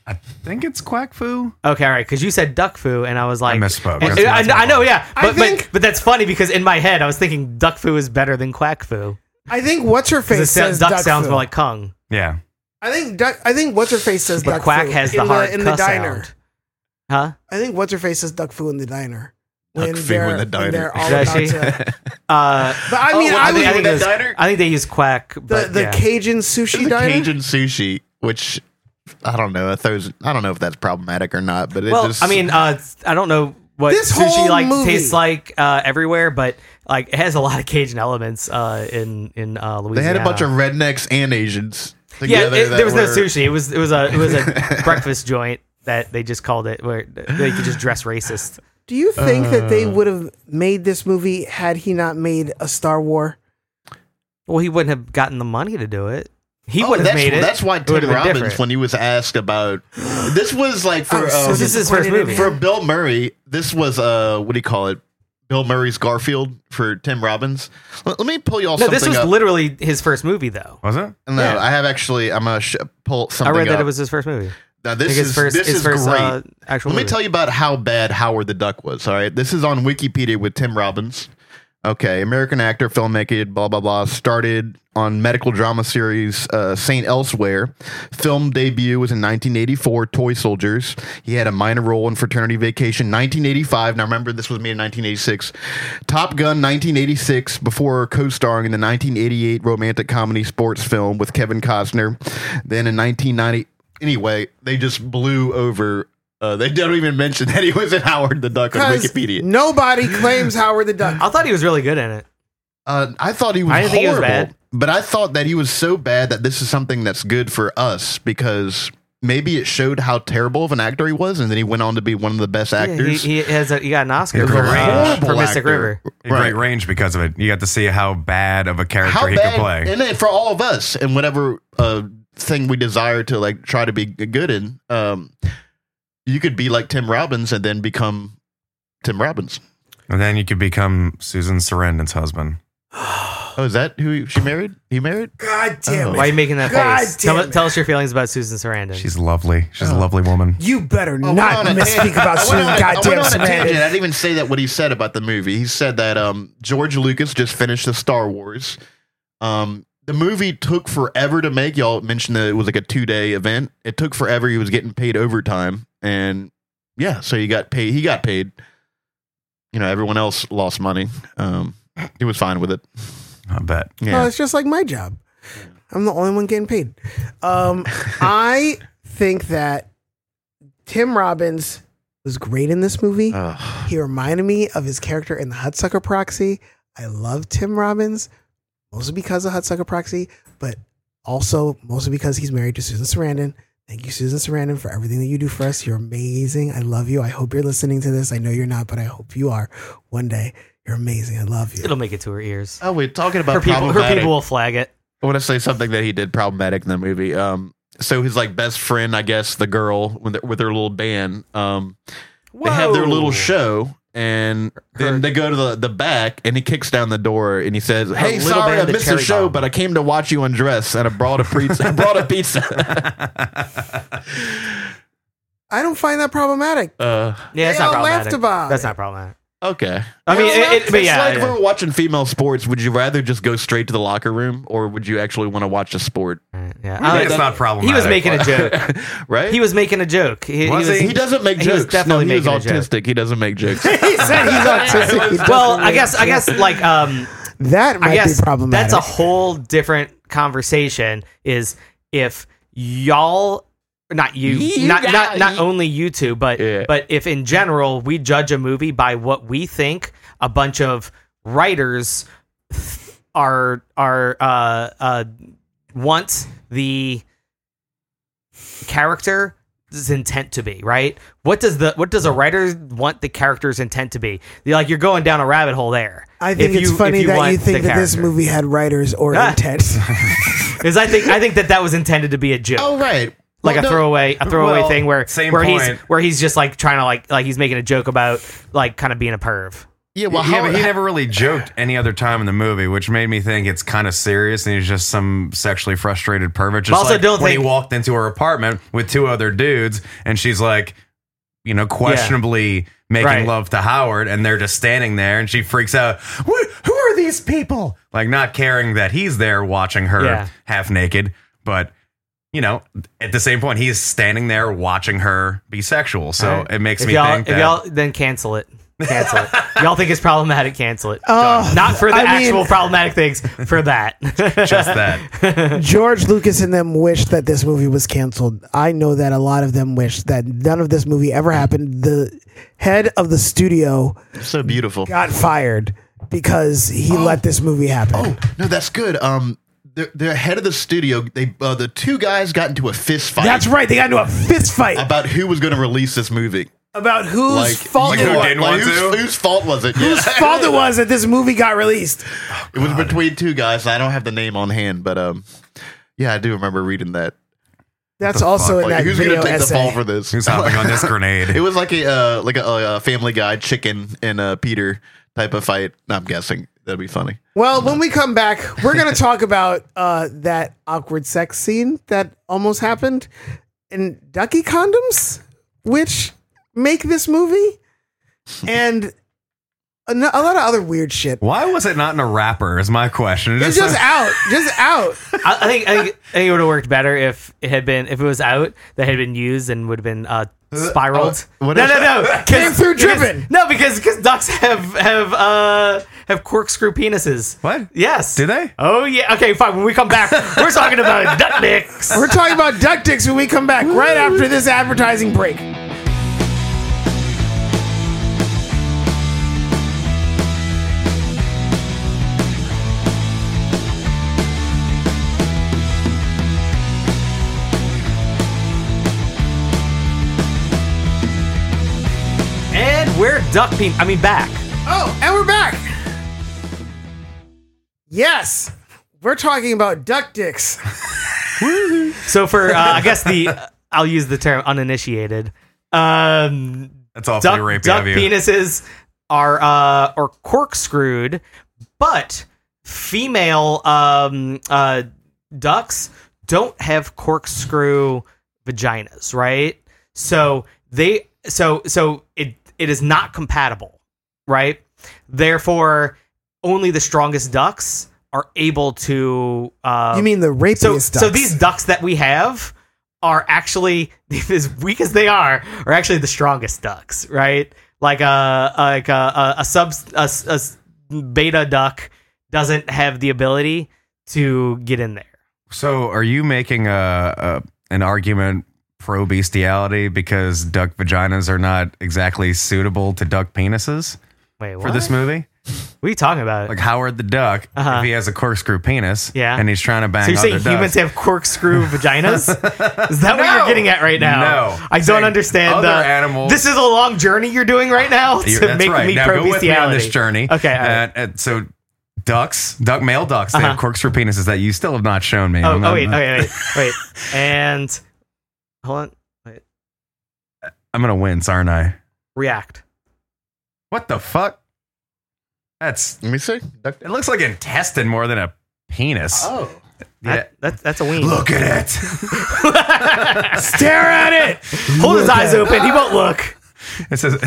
S4: I think it's Quack Foo.
S1: Okay, all right, because you said duck foo, and I was like,
S4: misspoke.
S1: And-
S4: That's-
S1: I,
S4: that's my
S1: I know, yeah,
S2: I
S1: but,
S2: think-
S1: but but that's funny because in my head I was thinking duck foo is better than quack foo
S2: I think what's her face
S1: because
S2: says
S1: duck,
S2: duck
S1: sounds
S2: Foo.
S1: more like kung,
S4: Yeah.
S2: I think duck, I think what's her face says
S1: but
S2: duck
S1: quack
S2: Foo
S1: has the
S2: in
S1: hard
S2: in the
S1: cuss
S2: diner.
S1: sound. Huh?
S2: I think what's her face says duck Foo in the diner. When
S5: Duck Foo in
S2: they're,
S5: the
S2: when
S5: diner.
S2: they're all
S1: Does
S2: about
S1: she?
S2: to-
S1: Uh,
S2: But I mean,
S5: well,
S2: I,
S5: I
S2: was
S5: think-
S1: I
S5: with
S1: think,
S5: that
S1: it was-
S5: diner?
S1: I think they use quack,
S2: the,
S1: but
S2: the
S1: yeah.
S2: Cajun
S5: the
S2: sushi diner.
S5: Cajun sushi, which I don't know. It throws, I don't know if that's problematic or not, but it
S1: well,
S5: just,
S1: I mean, uh, I don't know what
S2: This
S1: sushi
S2: whole
S1: like
S2: movie-
S1: tastes like uh, everywhere, but like it has a lot of Cajun elements uh, in in uh, Louisiana.
S5: they had a bunch of rednecks and Asians.
S1: yeah.
S5: Together
S1: It,
S5: that
S1: there was no
S5: were-
S1: sushi. It was it was a it was a breakfast joint that they just called it where they could just dress racist.
S2: Do you think that they would have made this movie had he not made a Star War?
S1: Well, he wouldn't have gotten the money to do it. He
S5: Oh,
S1: would have
S5: that's,
S1: made it.
S5: That's why
S1: It
S5: Tim
S1: would've been
S5: Robbins,
S1: different.
S5: when he was asked about this, was like for
S2: I'm so
S5: um,
S1: This is his first
S2: uh, disappointed in
S1: movie.
S2: him.
S5: for Bill Murray, this was uh, what do you call it? Bill Murray's Garfield for Tim Robbins. Let, let me pull y'all
S1: no,
S5: something
S1: this was
S5: up.
S1: literally his first movie, though.
S4: Was it?
S5: no, I have actually. I'm gonna sh- pull
S1: I
S5: something.
S1: read that
S5: up.
S1: it was his first movie.
S5: Now
S1: I
S5: this
S1: think his
S5: is
S1: first,
S5: this
S1: his
S5: is
S1: first
S5: great.
S1: uh, actual.
S5: Let me
S1: movie.
S5: tell you about how bad Howard the Duck was. All right, this is on Wikipedia with Tim Robbins. Okay, American actor, filmmaker, blah blah blah. Started on medical drama series uh, Saint Elsewhere. Film debut was in 1984, Toy Soldiers. He had a minor role in Fraternity Vacation, 1985. Now remember, this was made in 1986. Top Gun, 1986. Before co-starring in the 1988 romantic comedy sports film with Kevin Costner. Then in 1990. Anyway, they just blew over. Uh, they don't even mention that he was in Howard the Duck on
S2: Because
S5: Wikipedia.
S2: nobody claims Howard the Duck.
S1: I thought he was really good in it.
S5: Uh, I thought he was
S1: I didn't
S5: horrible,
S1: think he was bad.
S5: but I thought that he was so bad that this is something that's good for us because maybe it showed how terrible of an actor he was, and then he went on to be one of the best
S1: Yeah, he,
S5: actors.
S1: he has a, he got an Oscar
S4: He's
S1: for,
S4: a
S1: Range
S5: horrible
S1: for Mystic
S5: actor.
S1: River.
S4: A Great range because of it. You got to see how bad of a character
S5: How
S4: he could
S5: bad,
S4: play.
S5: and then for all of us, and whatever uh, thing we desire to like try to be g- good in, um, you could be like Tim Robbins and then become Tim Robbins.
S4: and then you could become Susan Sarandon's husband.
S5: Oh, is that who she married? He married?
S2: God damn
S5: Oh.
S2: it.
S1: Why are you making that
S2: God
S1: face?
S2: damn
S1: Tell,
S2: it.
S1: tell us your feelings about Susan Sarandon.
S4: She's lovely. She's
S5: Oh.
S4: a lovely woman.
S2: You better
S5: I went
S2: not
S5: Oh, on a
S2: misspeak
S5: tangent.
S2: about
S5: I
S2: Susan
S5: went on a- I
S2: Goddamn
S5: went on a tangent.
S2: Sarandon.
S5: I didn't even say that what he said about the movie. He said that um, George Lucas just finished the Star Wars. Um, the movie took forever to make. Y'all mentioned that it was like a two day event. It took forever. He was getting paid overtime, and yeah, so he got paid. He got paid. you know everyone else lost money. Um, he was fine with it.
S4: I bet.
S2: No,
S5: Yeah,
S2: it's just like my job. I'm the only one getting paid. Um, I think that Tim Robbins was great in this movie.
S5: Ugh.
S2: He reminded me of his character in the Hudsucker Proxy. I love Tim Robbins, mostly because of Hudsucker Proxy, but also mostly because he's married to Susan Sarandon. Thank you, Susan Sarandon, for everything that you do for us. You're amazing. I love you. I hope you're listening to this. I know you're not, but I hope you are one day. You're amazing. I love you.
S1: It'll make it to her ears.
S5: oh, we're talking about
S1: her people, her
S5: problematic.
S1: people will flag it.
S5: I want to say something that he did problematic in the movie. Um, so his like best friend, I guess, the girl with, with her little band. Um, they have their little show, and then they go to the, the back, and he kicks down the door, and he says, "Hey,
S1: little
S5: sorry, I
S1: band of
S5: missed the
S1: cherry
S5: show,
S1: bomb."
S5: but I came to watch you undress, and I brought a pizza. I brought a pizza."
S2: I don't find that problematic.
S5: Uh,
S1: Yeah, that's
S2: They
S1: not
S2: all laughed
S1: problematic.
S2: about
S1: that's
S2: it.
S1: not problematic.
S5: okay,
S1: I mean, it, it, but
S5: it's
S1: yeah,
S5: like
S1: yeah.
S5: if we were watching female sports. Would you rather just go straight to the locker room, or would you actually want to watch a sport?
S1: yeah.
S4: I
S1: I
S4: think it's
S1: like-
S4: not
S1: he
S4: problematic.
S1: was making a joke.
S5: Right?
S1: He was making a joke. He,
S4: Was
S1: was,
S4: he?
S5: he doesn't make
S1: He was
S5: jokes.
S1: definitely
S5: no, he is
S1: making a joke.
S5: autistic. He doesn't make jokes.
S2: he said he's autistic. He
S1: well,
S2: doesn't
S1: I
S2: really-
S1: guess I guess like um
S2: that might
S1: I guess
S2: be problematic.
S1: that's a whole different conversation. Is if y'all, not you, not not not only you two, but
S5: Yeah.
S1: but if in general we judge a movie by what we think a bunch of writers are are uh uh want the character's intent to be right what does the what does a writer want the character's intent to be You're like you're going down a rabbit hole there
S2: I think
S1: If
S2: it's
S1: you-
S2: funny
S1: if you
S2: that
S1: want
S2: you think
S1: the
S2: that this
S1: character.
S2: movie had writers or
S1: Ah.
S2: intent.
S1: Because I think I think that that was intended to be a joke,
S5: oh right.
S1: like
S5: Well,
S1: a
S5: no-
S1: throwaway a throwaway
S4: Well,
S1: thing where
S4: same
S1: where
S4: point.
S1: he's where he's just like trying to like like he's making a joke about like kind of being a perv.
S5: Yeah, well,
S4: yeah,
S5: how,
S4: but he never really joked any other time in the movie, which made me think it's kind of serious and he's just some sexually frustrated pervert. Just
S1: also
S4: like
S1: don't
S4: when
S1: think-
S4: he walked into her apartment with two other dudes and she's like, you know, questionably making
S1: Right.
S4: love to Howard and they're just standing there and she freaks out. What, who are these people? Like not caring that he's there watching her
S1: Yeah.
S4: half naked, but you know, at the same point, he's standing there watching her be sexual. So
S1: All right.
S4: it makes
S1: If
S4: me
S1: y'all
S4: think
S1: if
S4: that
S1: y'all then cancel it, cancel it. y'all think it's problematic, cancel it.
S2: Oh,
S1: Not for the
S2: I mean-
S1: actual problematic things, for that.
S4: just that.
S2: George Lucas and them wish that this movie was canceled. I know that a lot of them wish that none of this movie ever happened. The head of the studio
S5: so beautiful.
S2: got fired because he let this movie happen.
S5: Oh no, that's good. Um, the, the head of the studio, they uh, the two guys got into a fist fight.
S2: That's right. They got into a fist fight
S5: About who was going to release this movie?
S2: about whose
S5: Like,
S2: fault
S5: like
S2: it
S4: who
S2: was.
S4: did want
S5: whose-
S4: to?
S5: Whose fault was it?
S2: Whose fault it was that this movie got released.
S5: It was between two guys. and I don't have the name on hand, but um, yeah, I do remember reading that.
S2: That's also in
S5: Like,
S2: that
S5: who's going
S2: video
S5: to take the fall
S2: essay.
S5: for this?
S4: Who's hopping on this grenade?
S5: It was like a uh, like a, uh Family Guy chicken and uh, Peter type of fight. I'm guessing that'd be funny.
S2: Well, when we come back, we're going to talk about uh, that awkward sex scene that almost happened in Ducky condoms, which make this movie, and a, n- a lot of other weird shit.
S4: Why was it not in a wrapper? Is my question. It
S2: It's just out, just out.
S1: I, I think I think, I think it would have worked better if it had been if it was out that had been used and would have been uh, spiraled.
S5: Oh, what
S1: no,
S5: is-
S1: no, no,
S2: Came through
S1: because-
S2: dripping.
S1: No, because because ducks have have uh have corkscrew penises.
S4: What?
S1: Yes.
S4: Do they?
S1: Oh yeah. Okay, fine. When we come back, we're talking about duck dicks.
S2: We're talking about duck dicks when we come back, right after this advertising break.
S1: And we're duck pen. I mean back.
S2: Oh, and we're back. Yes, we're talking about duck dicks.
S1: So for uh, I guess the I'll use the term uninitiated. Um,
S4: That's awfully
S1: duck,
S4: rapey
S1: duck
S4: of you.
S1: penises are uh are corkscrewed, but female um uh ducks don't have corkscrew vaginas, right? So they so so it it is not compatible, right? Therefore, only the strongest ducks are able to uh
S2: You mean the rapiest
S1: so,
S2: ducks?
S1: so these ducks that we have are actually as weak as they are are actually the strongest ducks, right? like a like a a, a sub a, s- a s- beta duck doesn't have the ability to get in there.
S4: So, are you making a, a an argument pro bestiality because duck vaginas are not exactly suitable to duck penises
S1: Wait, what?
S4: for this movie?
S1: what are you talking about?
S4: Like Howard the Duck,
S1: Uh-huh.
S4: if he has a corkscrew penis,
S1: Yeah.
S4: and he's trying to bang
S1: so you're
S4: other
S1: saying humans
S4: ducks.
S1: have corkscrew vaginas? Is that what
S4: No.
S1: you're getting at right now?
S4: No.
S1: I don't
S4: Saying
S1: understand.
S4: other
S1: the-
S4: animals-
S1: This is a long journey you're doing right now to
S4: You-
S1: make me
S4: now
S1: pro
S4: go with me on this
S1: bestiality.
S4: journey.
S1: Okay, all right.
S4: And- and so ducks, duck male ducks, they have
S1: Uh-huh.
S4: corkscrew penises that you still have not shown me.
S1: Oh,
S4: I'm
S1: oh
S4: not-
S1: wait, okay, wait, wait. And hold on.
S4: I'm gonna wince, aren't I?
S1: React.
S4: What the fuck? That's
S5: Let me see. Duck-
S4: it looks like intestine more than a penis.
S5: Oh.
S4: yeah.
S1: That, that's that's a ween.
S4: Look at it.
S2: Stare at it.
S1: Hold his
S2: Look
S1: eyes
S2: at-
S1: open. He won't look.
S4: This is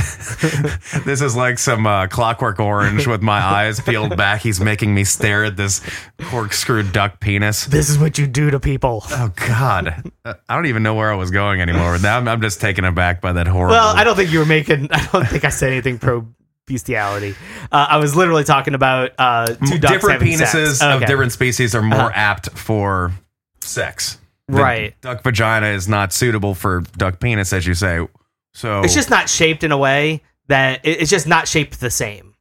S4: this is like some uh, clockwork orange with my eyes peeled back. He's making me stare at this corkscrew duck penis.
S1: This is what you do to people.
S4: Oh God, Uh, I don't even know where I was going anymore. Now I'm, I'm just taken aback by that horrible.
S1: Well, I don't think you were making. I don't think I said anything pro bestiality. Uh, I was literally talking about uh, two ducks
S4: different
S1: having sex.
S4: penises of
S1: Okay.
S4: different species are more
S1: Uh-huh.
S4: apt for sex. The
S1: Right.
S4: duck vagina is not suitable for duck penis, as you say. So
S1: It's just not shaped in a way that it- it's just not shaped the same.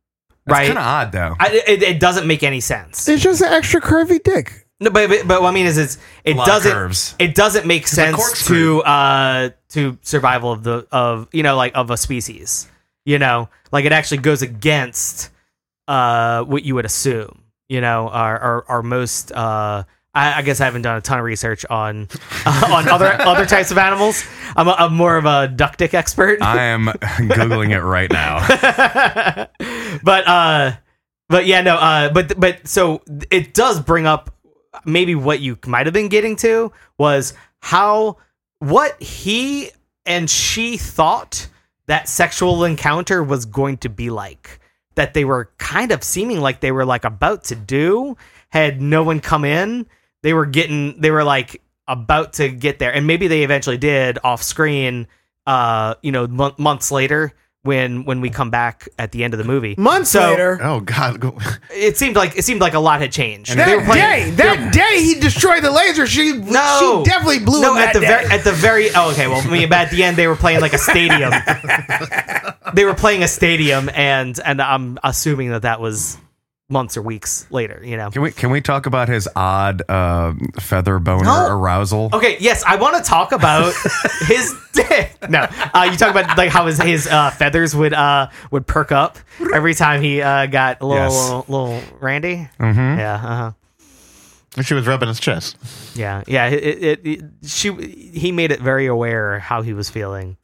S1: right.
S4: kind of odd, though.
S1: I, it, it doesn't make any sense.
S2: It's just an extra curvy dick.
S1: No, but, but but what I mean is it's it
S4: lot of
S1: doesn't
S4: curves.
S1: it doesn't make sense to
S4: corkscrew.
S1: uh to survival of the of you know like of a species. You know, like it actually goes against uh what you would assume. You know, our our, our most uh. I I guess I haven't done a ton of research on uh, on other other types of animals. I'm, a, I'm more of a duck dick expert.
S4: I am googling it right now. Ah.
S1: but uh but yeah no uh but but so it does bring up maybe what you might have been getting to was how what he and she thought that sexual encounter was going to be like that they were kind of seeming like they were like about to do had no one come in they were getting they were like about to get there and maybe they eventually did off screen uh you know mon- months later when when we come back at the end of the movie
S2: Months
S1: So-
S2: later,
S5: Oh God. Go-
S1: it seemed like it seemed like a lot had changed
S4: And
S1: They
S2: that
S1: were playing-
S2: day, that day he destroyed the laser. She,
S1: no,
S2: she definitely blew
S1: no,
S2: him
S1: at
S2: that
S1: the
S2: day.
S1: very at the very. Oh, okay. Well, I mean, but at the end they were playing like a stadium. they were playing a stadium, and and I'm assuming that that was months or weeks later. You know.
S4: Can we can we talk about his odd uh, feather boner
S1: No. Oh.
S4: arousal?
S1: Okay. Yes, I want to talk about his dick. No, uh, you talk about like how his his uh, feathers would uh would perk up every time he uh got a little
S4: Yes.
S1: little, little randy.
S4: Mm-hmm.
S1: Yeah. Uh-huh.
S5: she was rubbing his chest.
S1: Yeah, yeah. It, it, it, it- she he made it very aware how he was feeling.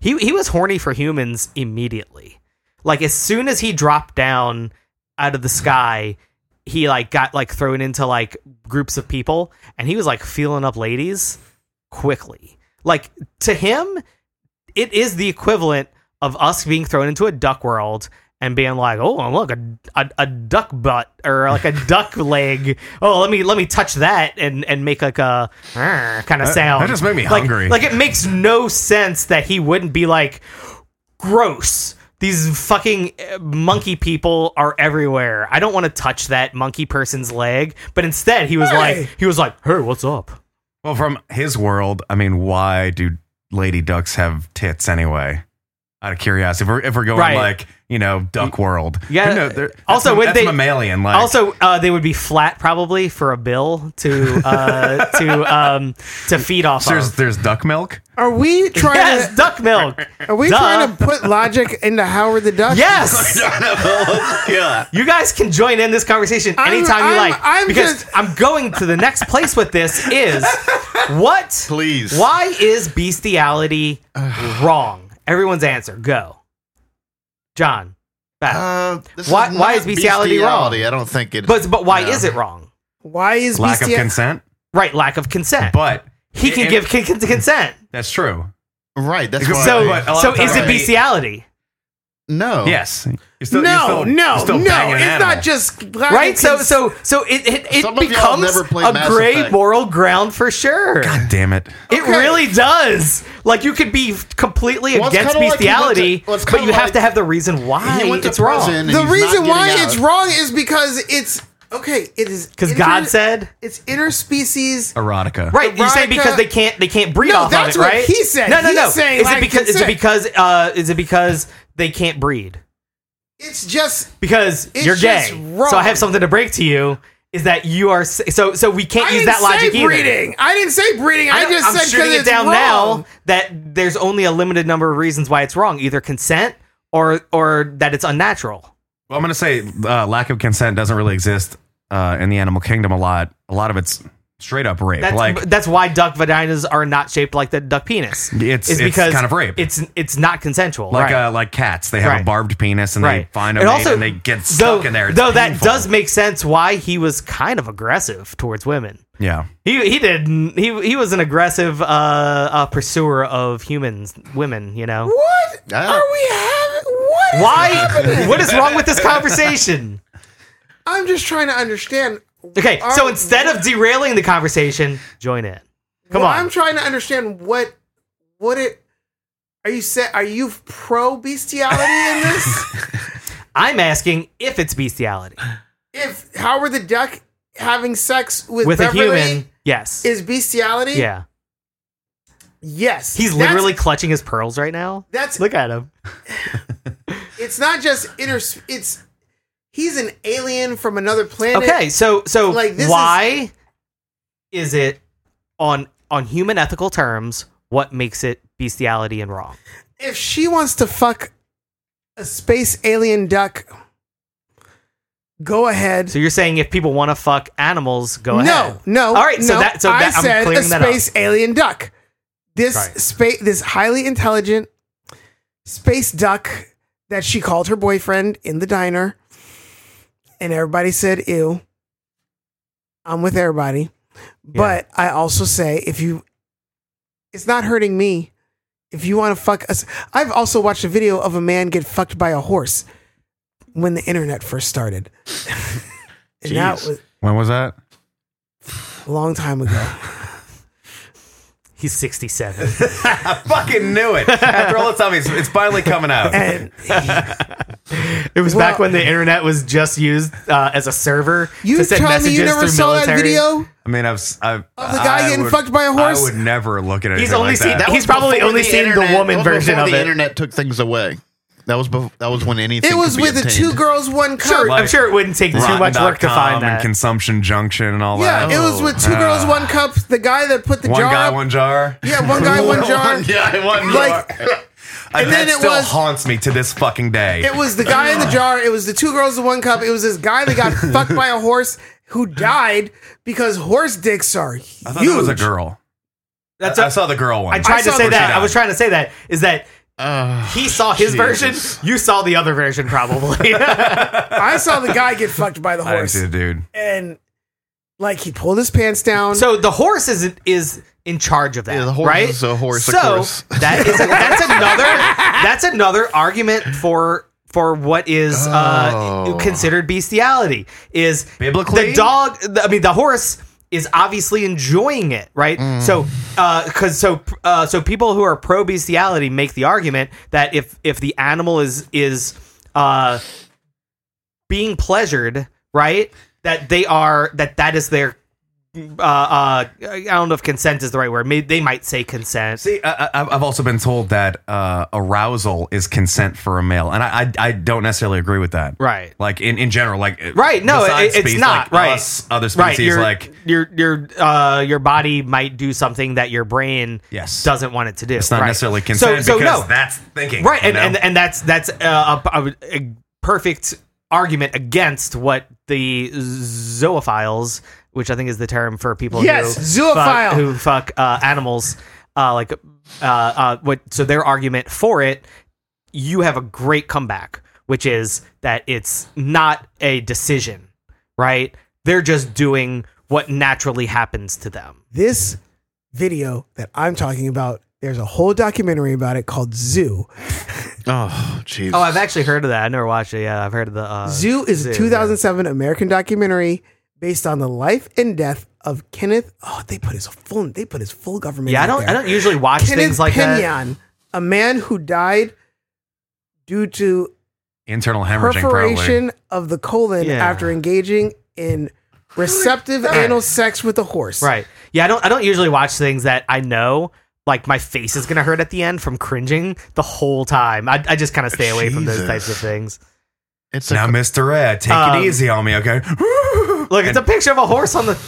S1: He he was horny for humans immediately. Like as soon as he dropped down out of the sky, he like got like thrown into like groups of people, and he was like feeling up ladies quickly. Like to him, it is the equivalent of us being thrown into a duck world and being like, "Oh, look a, a, a duck butt or like a duck leg. Oh, let me let me touch that and and make like a kind of sound."
S4: that just made me
S1: Like-
S4: hungry.
S1: Like it makes no sense that he wouldn't be like, "Gross." These fucking uh, monkey people are everywhere. I don't want to touch that monkey person's leg. But instead, he was like,
S2: Hey.
S1: he was like, "Hey, what's up?"
S4: Well, from his world, I mean, why do lady ducks have tits anyway? Out of curiosity, if we're, if we're going
S1: Right.
S4: like you know duck world,
S1: Yeah. uh,
S4: Who know- they're-
S1: Also,
S4: that's,
S1: would
S4: that's
S1: they-
S4: mammalian? Like,
S1: Also, uh, they would be flat probably for a bill to uh, to um, to feed off
S4: there's
S1: of.
S4: there's duck milk.
S2: Are we trying?
S1: Yes,
S2: to,
S1: duck milk.
S2: are we
S1: duh.
S2: trying to put logic into Howard the Duck?
S1: Yes,
S5: yeah.
S1: you guys can join in this conversation
S2: I'm-
S1: anytime you
S2: I'm-
S1: like
S2: I'm
S1: because
S2: just-
S1: I'm going to the next place with this. Is what?
S5: Please.
S1: Why is bestiality wrong? Everyone's answer. Go, John. Back.
S5: Uh, this
S1: Why-
S5: is
S1: why
S5: not
S1: is bestiality wrong?
S5: bestiality. I don't think it.
S1: but but why
S5: Yeah.
S1: is it wrong?
S2: Why is
S4: lack of
S2: BCS
S4: consent.
S1: Right, lack of consent.
S4: But
S1: uh, he can
S4: and-
S1: give con- con- consent.
S4: that's true.
S5: right. That's why.
S1: So,
S4: But a lot
S1: so
S4: of
S1: is it
S4: times-
S1: bestiality?
S5: no.
S1: Oh.
S4: Yes, you're still, you're
S2: no,
S4: still-
S2: no,
S4: you're still
S2: no.
S4: banging
S2: It's
S4: animal.
S2: not just lack of
S1: right? So,
S2: cons-
S1: so, so it it,
S5: Some
S1: it
S5: of y'all
S1: becomes
S5: never played
S1: a
S5: Mass
S1: gray
S5: Effect.
S1: moral ground for sure.
S4: God damn it!
S1: It
S2: Okay.
S1: really does. Like you could be completely
S5: Well, it's
S1: against
S5: kinda like he went to-
S1: bestiality,
S5: well, it's
S1: but
S5: kinda
S1: you have
S5: like
S1: to have the reason why
S5: he went to
S1: it's wrong.
S5: prison.
S2: the
S5: he's not
S2: reason
S5: getting
S2: wrong
S5: out.
S2: it's wrong is because it's okay. It is
S1: Because
S2: inter-
S1: God said,
S2: it's interspecies.
S4: Erotica.
S1: right? You say
S2: Erotica-
S1: because they can't they can't breed
S2: No,
S1: off
S2: that's
S1: of it,
S2: what
S1: right?
S2: he said.
S1: No, no,
S2: He's
S1: no.
S2: saying
S1: is it
S2: lack
S1: because is it
S2: consent.
S1: because uh, is it because they can't breed?
S2: It's just
S1: Because
S2: It's
S1: you're gay.
S2: just wrong.
S1: So I have something to break to you. Is that you are s- so so we can't
S2: I
S1: use
S2: didn't
S1: that logic
S2: say
S1: either.
S2: breeding. I didn't say breeding. I,
S1: know-
S2: just
S1: I'm
S2: said
S1: shooting
S2: because
S1: it
S2: it's
S1: down
S2: wrong.
S1: now that there's only a limited number of reasons why it's wrong, either consent or or that it's unnatural.
S4: Well, I'm going to say uh, lack of consent doesn't really exist uh, in the animal kingdom a lot. A lot of it's straight up rape.
S1: That's
S4: like
S1: that's why duck vaginas are not shaped like the duck penis.
S4: it's,
S1: Is
S4: it's
S1: because
S4: kind of rape.
S1: It's it's not consensual.
S4: like
S1: right.
S4: uh, like cats, they have a
S1: Right.
S4: barbed penis and
S1: Right.
S4: they find a
S1: And
S4: mate
S1: also,
S4: and they get stuck
S1: though,
S4: in there. It's
S1: though that
S4: painful.
S1: does make sense why he was kind of aggressive towards women.
S4: yeah.
S1: He he did he he was an aggressive uh, uh pursuer of humans women. You know
S2: What
S5: Yeah.
S2: are we having? What is
S1: why?
S2: happening?
S1: what is wrong with this conversation?
S2: I'm just trying to understand.
S1: Okay, so
S2: Are-
S1: instead of derailing the conversation, join in. Come
S2: Well,
S1: on.
S2: I'm trying to understand what what it. Are you set? Are you pro bestiality in this?
S1: I'm asking if it's bestiality
S2: if Howard the Duck having sex with,
S1: with
S2: Beverly
S1: a human. Yes.
S2: is bestiality,
S1: yeah.
S2: yes,
S1: He's
S2: That's-
S1: literally clutching his pearls right now.
S2: That's
S1: Look at him.
S2: it's not just inter. It's he's an alien from another planet.
S1: Okay, so so
S2: like, this
S1: why is, it on on human ethical terms what makes it bestiality and wrong?
S2: if she wants to fuck a space alien duck, go ahead.
S1: So you're saying if people want to fuck animals, go
S2: no,
S1: ahead.
S2: no.
S1: All right, so
S2: no.
S1: that so
S2: I
S1: that,
S2: said
S1: I'm
S2: a
S1: clearing that up.
S2: space alien duck. This
S1: Right.
S2: space, this highly intelligent space duck that she called her boyfriend in the diner, and everybody said ew. I'm with everybody, but I also say if you, it's not hurting me. If you want to fuck us, I've also watched a video of a man get fucked by a horse when the internet first started. and that
S5: Jeez.
S2: was
S4: When was that?
S2: a long time ago.
S1: He's 67.
S4: I fucking knew it. After all the time, it's, it's finally coming out.
S2: And
S1: It was back
S2: Well-
S1: when the internet was just used uh, as a server
S2: you
S1: to send
S2: tell me
S1: messages
S2: you never
S1: through
S2: saw
S1: military.
S2: that video?
S4: I mean, I've, s- I've
S2: Of the guy
S4: I
S2: getting
S4: would-
S2: fucked by a horse?
S4: I would never look at it.
S1: He's only
S4: like
S1: seen
S4: that.
S1: that- He's probably
S5: before
S1: only seen the woman
S5: that was
S1: version
S5: before
S1: of
S5: the
S1: it.
S5: internet took things away. That was before, that was when anything.
S2: It was
S5: could be
S2: with the
S5: obtained.
S2: two girls, one cup.
S1: Sure, I'm
S4: Like,
S1: sure it wouldn't take too much work to
S4: Rotten.com
S1: find
S4: and
S1: that.
S4: Consumption Junction and all
S2: Yeah,
S4: that.
S2: it was with two
S4: Ah.
S2: girls, one cup. The guy that put the
S4: one
S2: jar.
S4: guy,
S2: up.
S4: one jar.
S2: yeah, one guy, one jar.
S5: Yeah, it wasn't
S2: Like
S4: And
S2: then
S4: that
S2: it
S4: still
S2: was-
S4: haunts me to this fucking day.
S2: it was the guy in the jar. It was the two girls, the one cup. It was this guy that got fucked by a horse who died because horse dicks are huge.
S4: I thought it was a girl.
S1: That's
S4: I I
S1: a-
S4: saw the girl one.
S1: I tried
S2: I
S1: to
S2: saw
S1: say
S2: the
S1: that.
S4: video.
S1: I was trying to say that is that
S5: Uh,
S1: he saw his version, you saw the other version probably.
S2: I saw the guy get fucked by the
S4: I didn't see
S2: horse,
S4: the dude.
S2: and like he pulled his pants down.
S1: so the horse is is in charge of that,
S5: Um, Yeah, the horse
S1: right?
S5: is a horse, of
S1: So
S5: course.
S1: that is that's another that's another argument for for what is
S5: Oh.
S1: uh, considered bestiality is
S4: Biblically?
S1: the dog the- i mean the horse is obviously enjoying it right
S5: Mm.
S1: so because so uh, so people who are pro bestiality make the argument that if if the animal is is uh, being pleasured right that they are that that is their uh, uh, I don't know if consent is the right word. May they might say consent.
S4: See, I, I, I've also been told that uh, arousal is consent for a male, and I, I, I don't necessarily agree with that.
S1: Right.
S4: Like in, in general, like uh,
S1: Right, no,
S4: besides
S1: it- it's
S4: species,
S1: not,
S4: like
S1: right.
S4: us, other
S1: right
S4: species
S1: your,
S4: like
S1: your your uh your body might do something that your brain
S4: Yes.
S1: doesn't want it to do
S4: it's not
S1: right.
S4: necessarily
S1: So-
S4: consent
S1: so,
S4: because
S1: no.
S4: that's thinking,
S1: right
S4: you
S1: and,
S4: know?
S1: and and that's that's uh, a, a, a perfect argument against what the zoophiles which i think is the term for people
S2: Yes,
S1: who
S2: zoophile.
S1: fuck, who fuck uh, animals uh like uh uh what so their argument for it you have a great comeback which is that it's not a decision right they're just doing what naturally happens to them
S2: this video that I'm talking about, there's a whole documentary about it called Zoo.
S5: oh, jeez.
S1: oh i've actually heard of that i never watched it yeah i've heard of the uh,
S2: Zoo is a
S1: Zoo,
S2: 2007 American documentary based on the life and death of Kenneth. Oh, they put his full they put his full government.
S1: Yeah, I
S2: out
S1: don't.
S2: there.
S1: I don't usually watch
S2: Kenneth
S1: things like that.
S2: Pinion, a man who died due to
S4: Internal hemorrhaging, probably.
S2: perforation of the colon
S1: Yeah.
S2: after engaging in receptive anal sex with a horse.
S1: Right. Yeah, I don't. I don't usually watch things that I know. Like my face is gonna hurt at the end from cringing the whole time. I, I just kind of stay away from those
S5: Jesus.
S1: types of things.
S5: It's
S4: Now,
S5: a
S4: Mr. Red, take
S1: Um,
S4: it easy on me, okay?
S1: Look, it's a picture of a horse on the.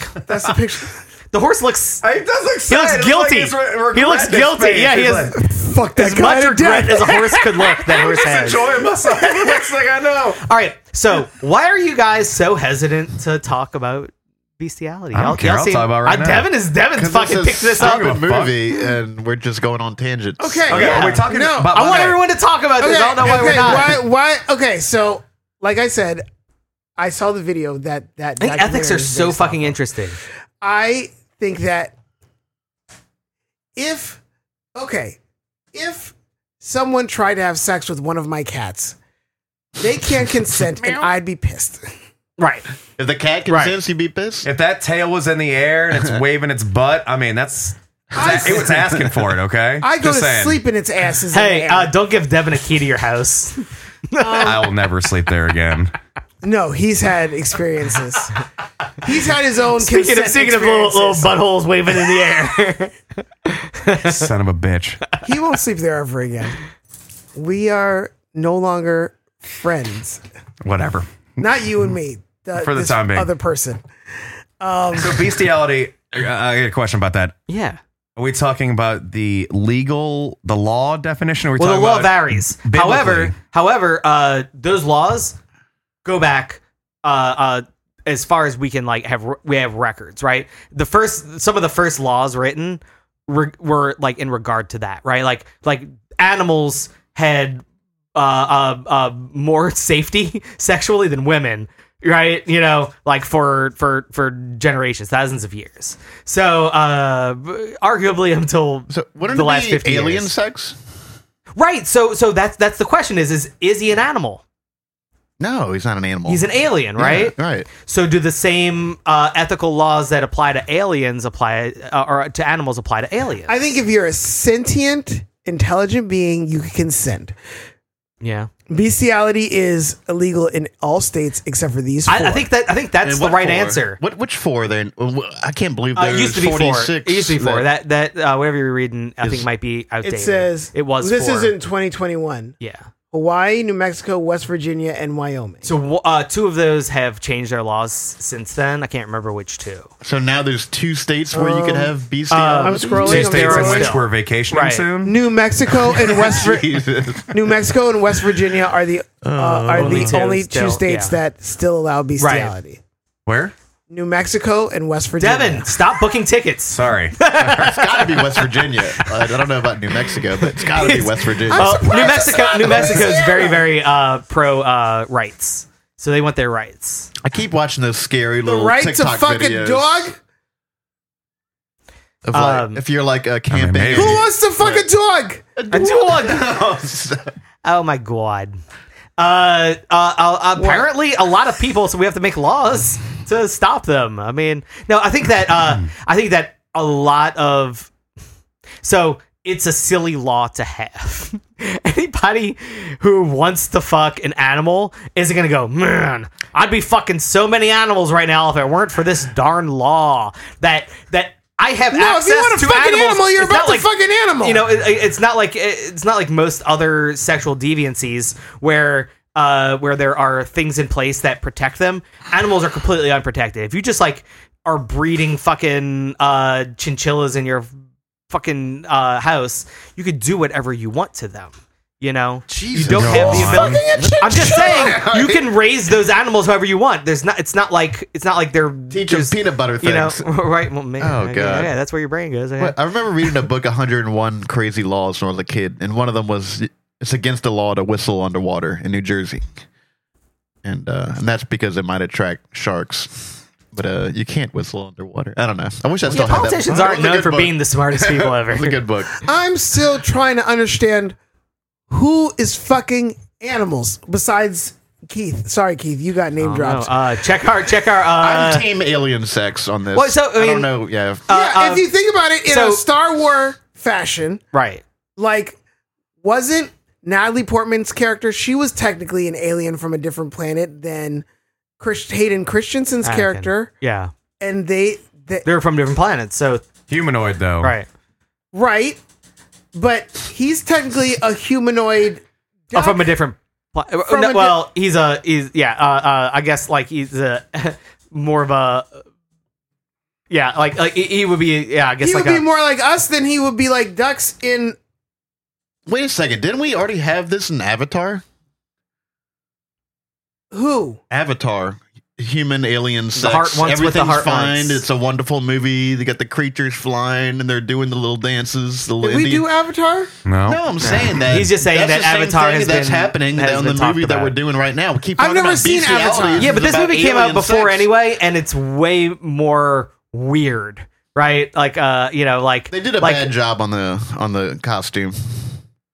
S2: That's the picture.
S1: The horse looks.
S4: He does look
S1: He looks guilty. he looks guilty. Yeah, he has
S2: Fuck that
S1: as
S2: guy
S1: much
S2: to
S1: regret
S2: death.
S1: as a horse could look. That horse has.
S4: enjoying myself. Next thing I know.
S1: All right. So why are you guys so hesitant to talk about bestiality?
S4: I don't
S1: Y'all-
S4: care.
S1: y'all
S4: I'll
S1: seem-
S4: talk about it right
S1: Uh,
S4: now.
S1: Devin is Devin's
S5: 'cause
S1: fucking
S5: is
S1: picked this up.
S5: stupid
S4: I don't give a fuck.
S5: movie, and we're just going on tangents.
S2: Okay.
S4: Okay,
S1: Yeah.
S4: we're talking
S2: No,
S4: about.
S1: I want
S4: okay.
S1: everyone to talk about this. I don't know why we're
S2: okay,
S1: not.
S2: Why, why? Okay, so like I said, I saw the video that that.
S1: I think ethics
S2: documentary
S1: are
S2: is
S1: so
S2: based on.
S1: fucking interesting.
S2: I think that if okay, if someone tried to have sex with one of my cats, they can't consent, and I'd be pissed.
S1: Right.
S5: If the cat consents, you'd be pissed.
S4: If that tail was in the air and it's waving its butt, I mean, that's.
S2: I-
S4: It was asking for it, okay?
S2: I go
S4: Just
S2: to
S4: saying.
S2: sleep and its ass is in
S1: Hey,
S2: the air.
S1: uh, don't give Devin a key to your house.
S4: I will never sleep there again.
S2: no, he's had experiences. he's had his own.
S1: Speaking of,
S2: consent
S1: speaking of little, little
S2: experiences.
S1: buttholes waving in the air.
S4: Son of a bitch.
S2: he won't sleep there ever again. We are no longer friends.
S4: Whatever.
S2: Not you and me. The,
S4: For the
S2: this
S4: time being.
S2: other person.
S4: So, bestiality, I I got a question about that.
S1: yeah.
S4: Are we talking about the legal, the law definition? Or are we
S1: Well, the
S4: talking
S1: law
S4: about,
S1: varies.
S4: biblically.
S1: However, however, uh, those laws go back uh, uh, as far as we can like have we have records, right? The first some of the first laws written re- were like in regard to that, right? Like like animals had uh, uh, uh, more safety sexually than women, right? You know, like for for for generations, thousands of years. So uh, arguably until
S5: So wouldn't
S1: the
S5: it
S1: last
S5: be
S1: 50 years.
S5: alien sex?
S1: Right. So so that's that's the question is is is he an animal?
S5: No, he's not an animal.
S1: He's an alien,
S5: Yeah,
S1: right?
S5: right.
S1: So do the same uh, ethical laws that apply to aliens apply uh, or to animals apply to aliens?
S2: I think if you're a sentient, intelligent being, you can consent.
S1: yeah.
S2: Bestiality is illegal in all states except for these four.
S1: I, I think that I think
S5: And
S1: that's the
S5: what
S1: right
S5: for?
S1: answer.
S5: What which four then? I can't believe
S1: Uh,
S5: there's
S1: it used to be four.
S5: 46
S1: It used to be four. That that, uh, whatever you're reading, I
S5: Is-
S1: think might be outdated.
S2: it says
S1: it was.
S2: This
S1: four.
S2: is in 2021.
S1: Yeah.
S2: Hawaii, New Mexico, West Virginia, and Wyoming.
S1: So uh, two of those have changed their laws since then. I can't remember which two.
S5: so now there's two states where you could
S1: Um,
S5: have beastie.
S2: I'm
S4: Two
S2: scrolling. I'm
S4: states in
S1: steroids.
S2: scrolling.
S4: which we're vacationing
S1: Right.
S4: soon.
S2: New Mexico and West Vir-
S5: Jesus.
S2: New Mexico and West Virginia are the uh, are
S1: Oh, Only
S2: the
S1: two
S2: only two
S1: still,
S2: states
S1: yeah.
S2: that still allow bestiality.
S4: Where?
S2: New Mexico and West Virginia.
S1: Devin, stop booking tickets.
S4: Sorry.
S5: it's got to be West Virginia. I don't know about New Mexico, but it's got to be West Virginia.
S1: Uh, New Mexico, New Mexico is very, very uh, pro uh, rights, so they want their rights.
S5: I keep watching those scary
S2: the
S5: little
S2: right
S5: TikTok
S2: to fuck
S5: videos
S2: a dog.
S5: Of like,
S1: Um,
S5: if you're like uh, camping,
S4: maybe.
S2: Who wants to fuck a dog?
S1: A dog.
S5: dog?
S1: Oh my god. Uh, uh, uh, apparently, a lot of people, so we have to make laws to stop them. I mean, no, I think that uh, I think that a lot of so it's a silly law to have. Anybody who wants to fuck an animal isn't gonna go, man. I'd be fucking so many animals right now if it weren't for this darn law that that I have
S2: No, if
S1: access
S2: you want
S1: to
S2: to fuck an
S1: animals.
S2: animal, you're
S1: It's
S2: about
S1: not
S2: to
S1: like-
S2: fuck an animal.
S1: you know, it, it's not like it's not like most other sexual deviancies where uh, where there are things in place that protect them. Animals are completely unprotected. If you just like are breeding fucking uh, chinchillas in your fucking uh, house, you could do whatever you want to them. You know,
S5: Jesus.
S1: you don't have
S4: Go
S1: the
S4: on.
S1: ability. I'm just saying you
S5: Alright.
S1: can raise those animals however you want. There's not. It's not like it's not like they're
S5: Teach 'em
S1: there's-
S5: peanut butter
S1: You know,
S5: things.
S1: right? Well, man,
S5: Oh,
S1: yeah,
S5: God.
S1: yeah, that's where your brain goes. yeah.
S5: But I remember reading a book, 101 Crazy Laws, when I was a kid, and one of them was it's against the law to whistle underwater in New Jersey, and uh, and that's because it might attract sharks. But uh, you can't whistle underwater. I don't know. I wish I
S1: Yeah,
S5: still had that.
S1: politicians
S5: book.
S1: aren't
S5: It was a
S1: known
S5: good
S1: for
S5: book.
S1: being the smartest people ever. Uh,
S5: It was a good book.
S2: I'm still trying to understand who is fucking animals besides Keith. Sorry, Keith. You got name
S1: Oh, no.
S2: dropped.
S1: Uh, check our check our.
S5: I'm
S1: Uh,
S5: team alien sex on this.
S1: Well, so, I mean-
S5: don't know. Yeah,
S1: uh,
S2: yeah,
S1: um,
S2: if you think about it, in
S1: so-
S2: a Star Wars fashion,
S1: right.
S2: like wasn't Natalie Portman's character? She was technically an alien from a different planet than Chris, Hayden Christensen's
S1: Anakin.
S2: character,
S1: Yeah,
S2: and they, they
S1: they're from different planets. So
S4: Humanoid though.
S1: right.
S2: right, but he's technically a humanoid.
S1: Oh, from a different. Pla- uh,
S2: From
S1: no,
S2: a di-
S1: well, he's a he's yeah. Uh, uh, I guess like he's a more of a yeah. Like like he- he would be yeah. I guess
S2: he
S1: like
S2: would
S1: a,
S2: be more like us than he would be like ducks in.
S5: Wait a second. Didn't we already have this in Avatar?
S2: Who?
S5: Avatar. Human alien sex.
S1: heart wants
S5: Everything's
S1: what the heart
S5: fine.
S1: wants.
S5: It's a wonderful movie. They got the creatures flying and they're doing the little dances. The
S2: Did
S5: little
S2: we
S5: Indian-
S2: do Avatar?
S4: No.
S5: No, I'm saying that
S1: He's just saying
S5: that's
S1: that
S5: the same
S1: Avatar
S5: thing
S1: has
S5: that's
S1: been-
S5: happening
S1: has
S5: on the
S1: been talked
S5: movie that
S1: about.
S5: we're doing right now. We keep
S2: I've
S5: talking
S2: never
S5: about
S2: seen Avatar.
S5: bestiality.
S1: yeah. But this
S5: about
S1: movie came out
S5: alien
S1: before
S5: sex.
S1: anyway, and it's way more weird. Right. Like uh, you know, like
S5: They did a
S1: like,
S5: bad job on the on the costume.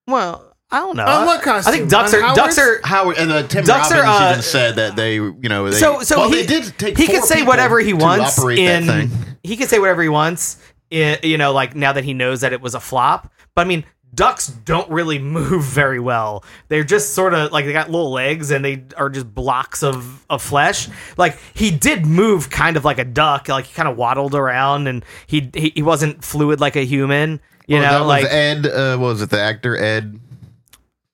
S1: Well, I don't know.
S2: On what
S1: I
S2: costume?
S1: think ducks
S2: On
S1: are ducks
S2: Howard's?
S1: are.
S5: Howard and uh, Tim
S1: Ducks are,
S5: Robbins
S1: uh,
S5: even said that they, you know, they,
S1: So so
S5: well,
S1: he
S5: they did take.
S1: he could
S5: four
S1: say
S5: people
S1: whatever he
S5: to
S1: wants
S5: operate
S1: in
S5: that thing.
S1: he could say whatever he wants. i you know, like now that he knows that it was a flop. But I mean, ducks don't really move very well. They're just sort of like they got little legs and they are just blocks of of flesh. Like he did move kind of like a duck. Like he kind of waddled around and he he, he wasn't fluid like a human. You
S5: Well, Oh, that
S1: know,
S5: was
S1: like
S5: Ed. Uh, what was it the actor Ed?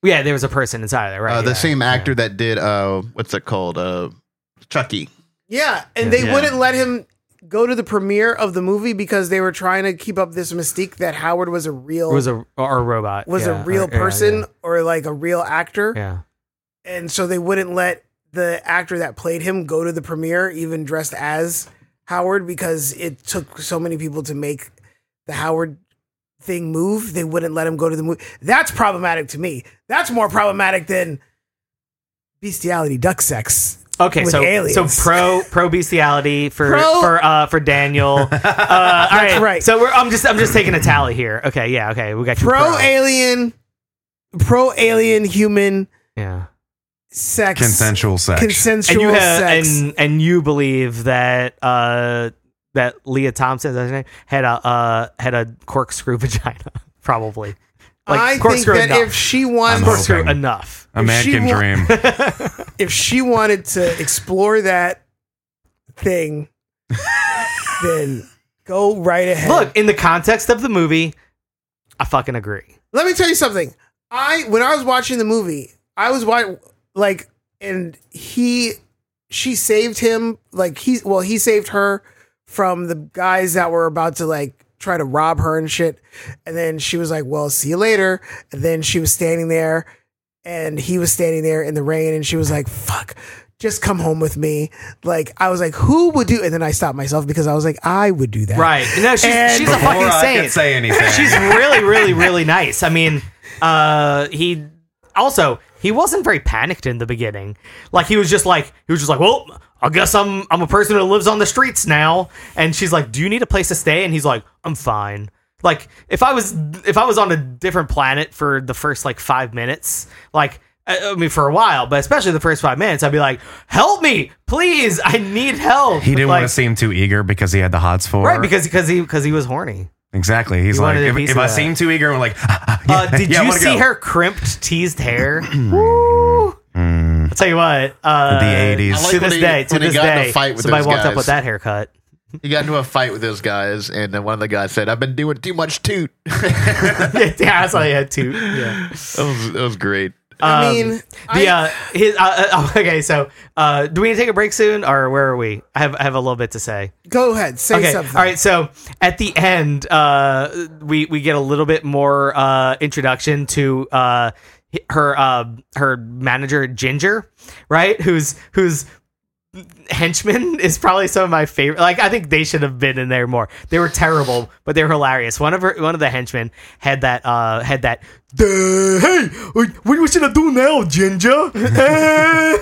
S1: yeah, there was a person inside of there, right?
S5: Uh, the
S1: yeah.
S5: same actor that did uh, what's it called? Uh, Chucky.
S2: Yeah, and they
S5: Yeah.
S2: wouldn't let him go to the premiere of the movie because they were trying to keep up this mystique that Howard was a real
S1: was
S2: was a,
S1: a or a robot Yeah,
S2: real
S1: or- yeah,
S2: person
S1: yeah,
S2: or like a real actor,
S1: yeah.
S2: and so they wouldn't let the actor that played him go to the premiere even dressed as Howard because it took so many people to make the Howard thing move. They wouldn't let him go to the movie. That's problematic to me. That's more problematic than bestiality, duck sex.
S1: Okay,
S2: with
S1: so
S2: aliens.
S1: so pro pro bestiality for
S2: Pro-
S1: for uh for Daniel. Uh, all right,
S2: right.
S1: So we're I'm just I'm just taking a tally here. Okay, yeah, okay, we got you.
S2: pro alien, pro alien human
S1: yeah.
S2: sex,
S4: Consensual sex.
S1: And
S2: consensual
S1: you have
S2: sex.
S1: and and you believe that uh that Leah Thompson is that her name, had a uh had a corkscrew vagina probably.
S2: I think that if she
S4: I'm
S2: wanted,
S4: hoping.
S1: corkscrew enough.
S4: a man
S2: she
S4: can
S2: wa-
S4: dream.
S2: if she wanted to explore that thing, then go right ahead.
S1: Look, in the context of the movie, I fucking agree.
S2: let me tell you something. I when I was watching the movie, I was wa- like, and he, she saved him. Like he, well, he saved her from the guys that were about to like try to rob her and shit. And then she was like, "Well, see you later." And then she was standing there, and he was standing there in the rain, and she was like, "Fuck." Just come home with me. Like I was like, who would do? And then I stopped myself because I was like, I would do that.
S1: Right. No, she's
S2: And-
S1: she's a
S4: Before
S1: fucking
S4: I
S1: saint.
S4: could say anything.
S1: She's really, really, really nice. I mean, uh, he also he wasn't very panicked in the beginning. Like he was just like he was just like, well, I guess I'm I'm a person who lives on the streets now. And she's like, do you need a place to stay? And he's like, I'm fine. Like if I was if I was on a different planet for the first like five minutes, like. I I mean, for a while, but especially the first five minutes, I'd be like, "Help me, please! I need help."
S4: he didn't
S1: like,
S4: want to seem too eager because he had the hots for.
S1: right because because he because he was horny.
S4: exactly. He's
S1: He
S4: like,
S1: wanted a
S4: if,
S1: piece
S4: if
S1: of
S4: I
S1: that.
S4: seem too eager, I'm like,
S1: Uh, did
S4: yeah, I
S1: you
S4: wanna
S1: see
S4: go. Mm.
S1: her crimped, teased hair? Woo! I'll tell you what. Uh,
S4: The 80s. I
S1: To
S5: like when
S1: this
S5: he-
S1: day, to
S5: when he
S1: this
S5: got in a
S1: day,
S5: fight with
S1: somebody
S5: those
S1: walked up
S5: guys.
S1: with that haircut.
S5: He got into a fight with those guys, and then one of the guys said, "I've been doing too much toot." that,
S1: yeah, I saw he had two. Yeah.
S5: was, that was great.
S2: I
S1: Um,
S2: mean,
S1: The,
S2: I-
S1: uh, his, uh, uh, okay, so uh, do we need to take a break soon, or where are we? I have I have a little bit to say.
S2: go ahead, say
S1: Okay,
S2: something.
S1: all right. So at the end, uh, we we get a little bit more uh, introduction to uh, hi- her uh, her manager Ginger, right? Who's who's henchman is probably some of my favorite. Like I think they should have been in there more. They were terrible, but they were hilarious. One of her, one of the henchmen had that uh had that "Duh, hey, what what we should I do now, Ginger? Eh,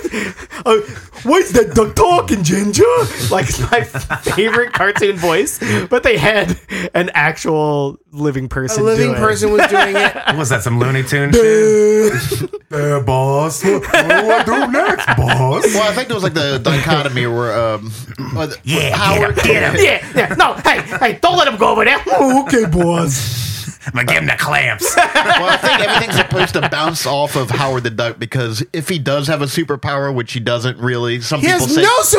S1: uh, why's that duck talking, Ginger? Like it's my favorite cartoon voice, but they had an actual living
S2: A
S1: person. do
S2: living
S1: it.
S2: person was doing it.
S4: What was that? Some Looney Tune shit? uh, boss. What, what do I do next, boss?
S5: Well, I think there was like the dichotomy where, um, was it-
S4: Yeah,
S5: Howard,
S1: Yeah, yeah. No, hey, hey, don't let him go over there.
S2: Oh, okay, boss.
S4: I'm gonna give him the clamps.
S5: well, I think everything's supposed to bounce off of Howard the Duck because if he does have a superpower, which he doesn't really, some
S2: He
S5: people
S2: has
S5: say
S2: no
S5: they say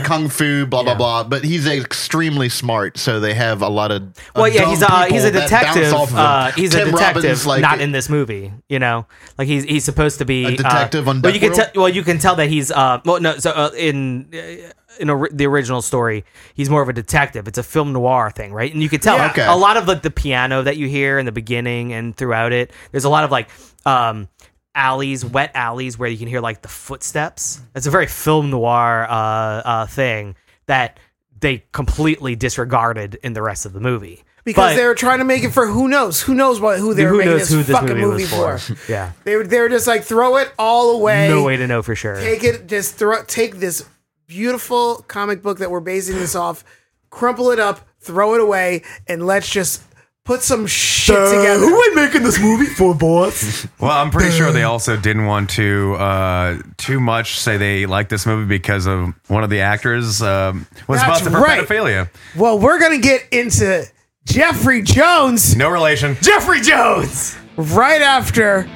S2: superpower.
S5: kung fu, blah blah blah, but he's extremely smart, so they have a lot of
S1: Well,
S5: of
S1: yeah,
S5: dumb
S1: he's a he's a
S5: people that bounce
S1: detective.
S5: off of him.
S1: Uh, he's a
S5: Tim
S1: detective,
S5: Robbins, like,
S1: not in this movie. You know, like he's he's supposed to be
S5: A detective
S1: uh,
S5: on
S1: Well, you can
S5: Deathworld?
S1: tell. Well, you can tell that he's uh. Well, no. So uh, in uh, in or the original story, he's more of a detective. It's a film noir thing, right? And you can tell
S5: Yeah. Okay.
S1: a lot of like the piano that you hear in the beginning and throughout it. There's a lot of like um alleys, wet alleys where you can hear like the footsteps. It's a very film noir uh, uh thing that they completely disregarded in the rest of the movie
S2: Because
S1: But-
S2: they were trying to make it for who knows, who knows what who they were
S1: who
S2: making
S1: knows
S2: this
S1: who this
S2: fucking
S1: movie
S2: movie,
S1: was
S2: for.
S1: for? Yeah.
S2: They were they were just like throw it all away.
S1: No way to know for sure.
S2: Take it, just throw take this beautiful comic book that we're basing this off, crumple it up, throw it away, and let's just put some shit together.
S1: am I making this movie for, boss?
S4: Well, I'm pretty sure they also didn't want to uh, too much say they liked this movie because of one of the actors um, was
S2: That's
S4: busted for
S2: right.
S4: pedophilia.
S2: Well, we're gonna get into Jeffrey Jones
S4: No relation.
S1: Jeffrey Jones.
S2: right after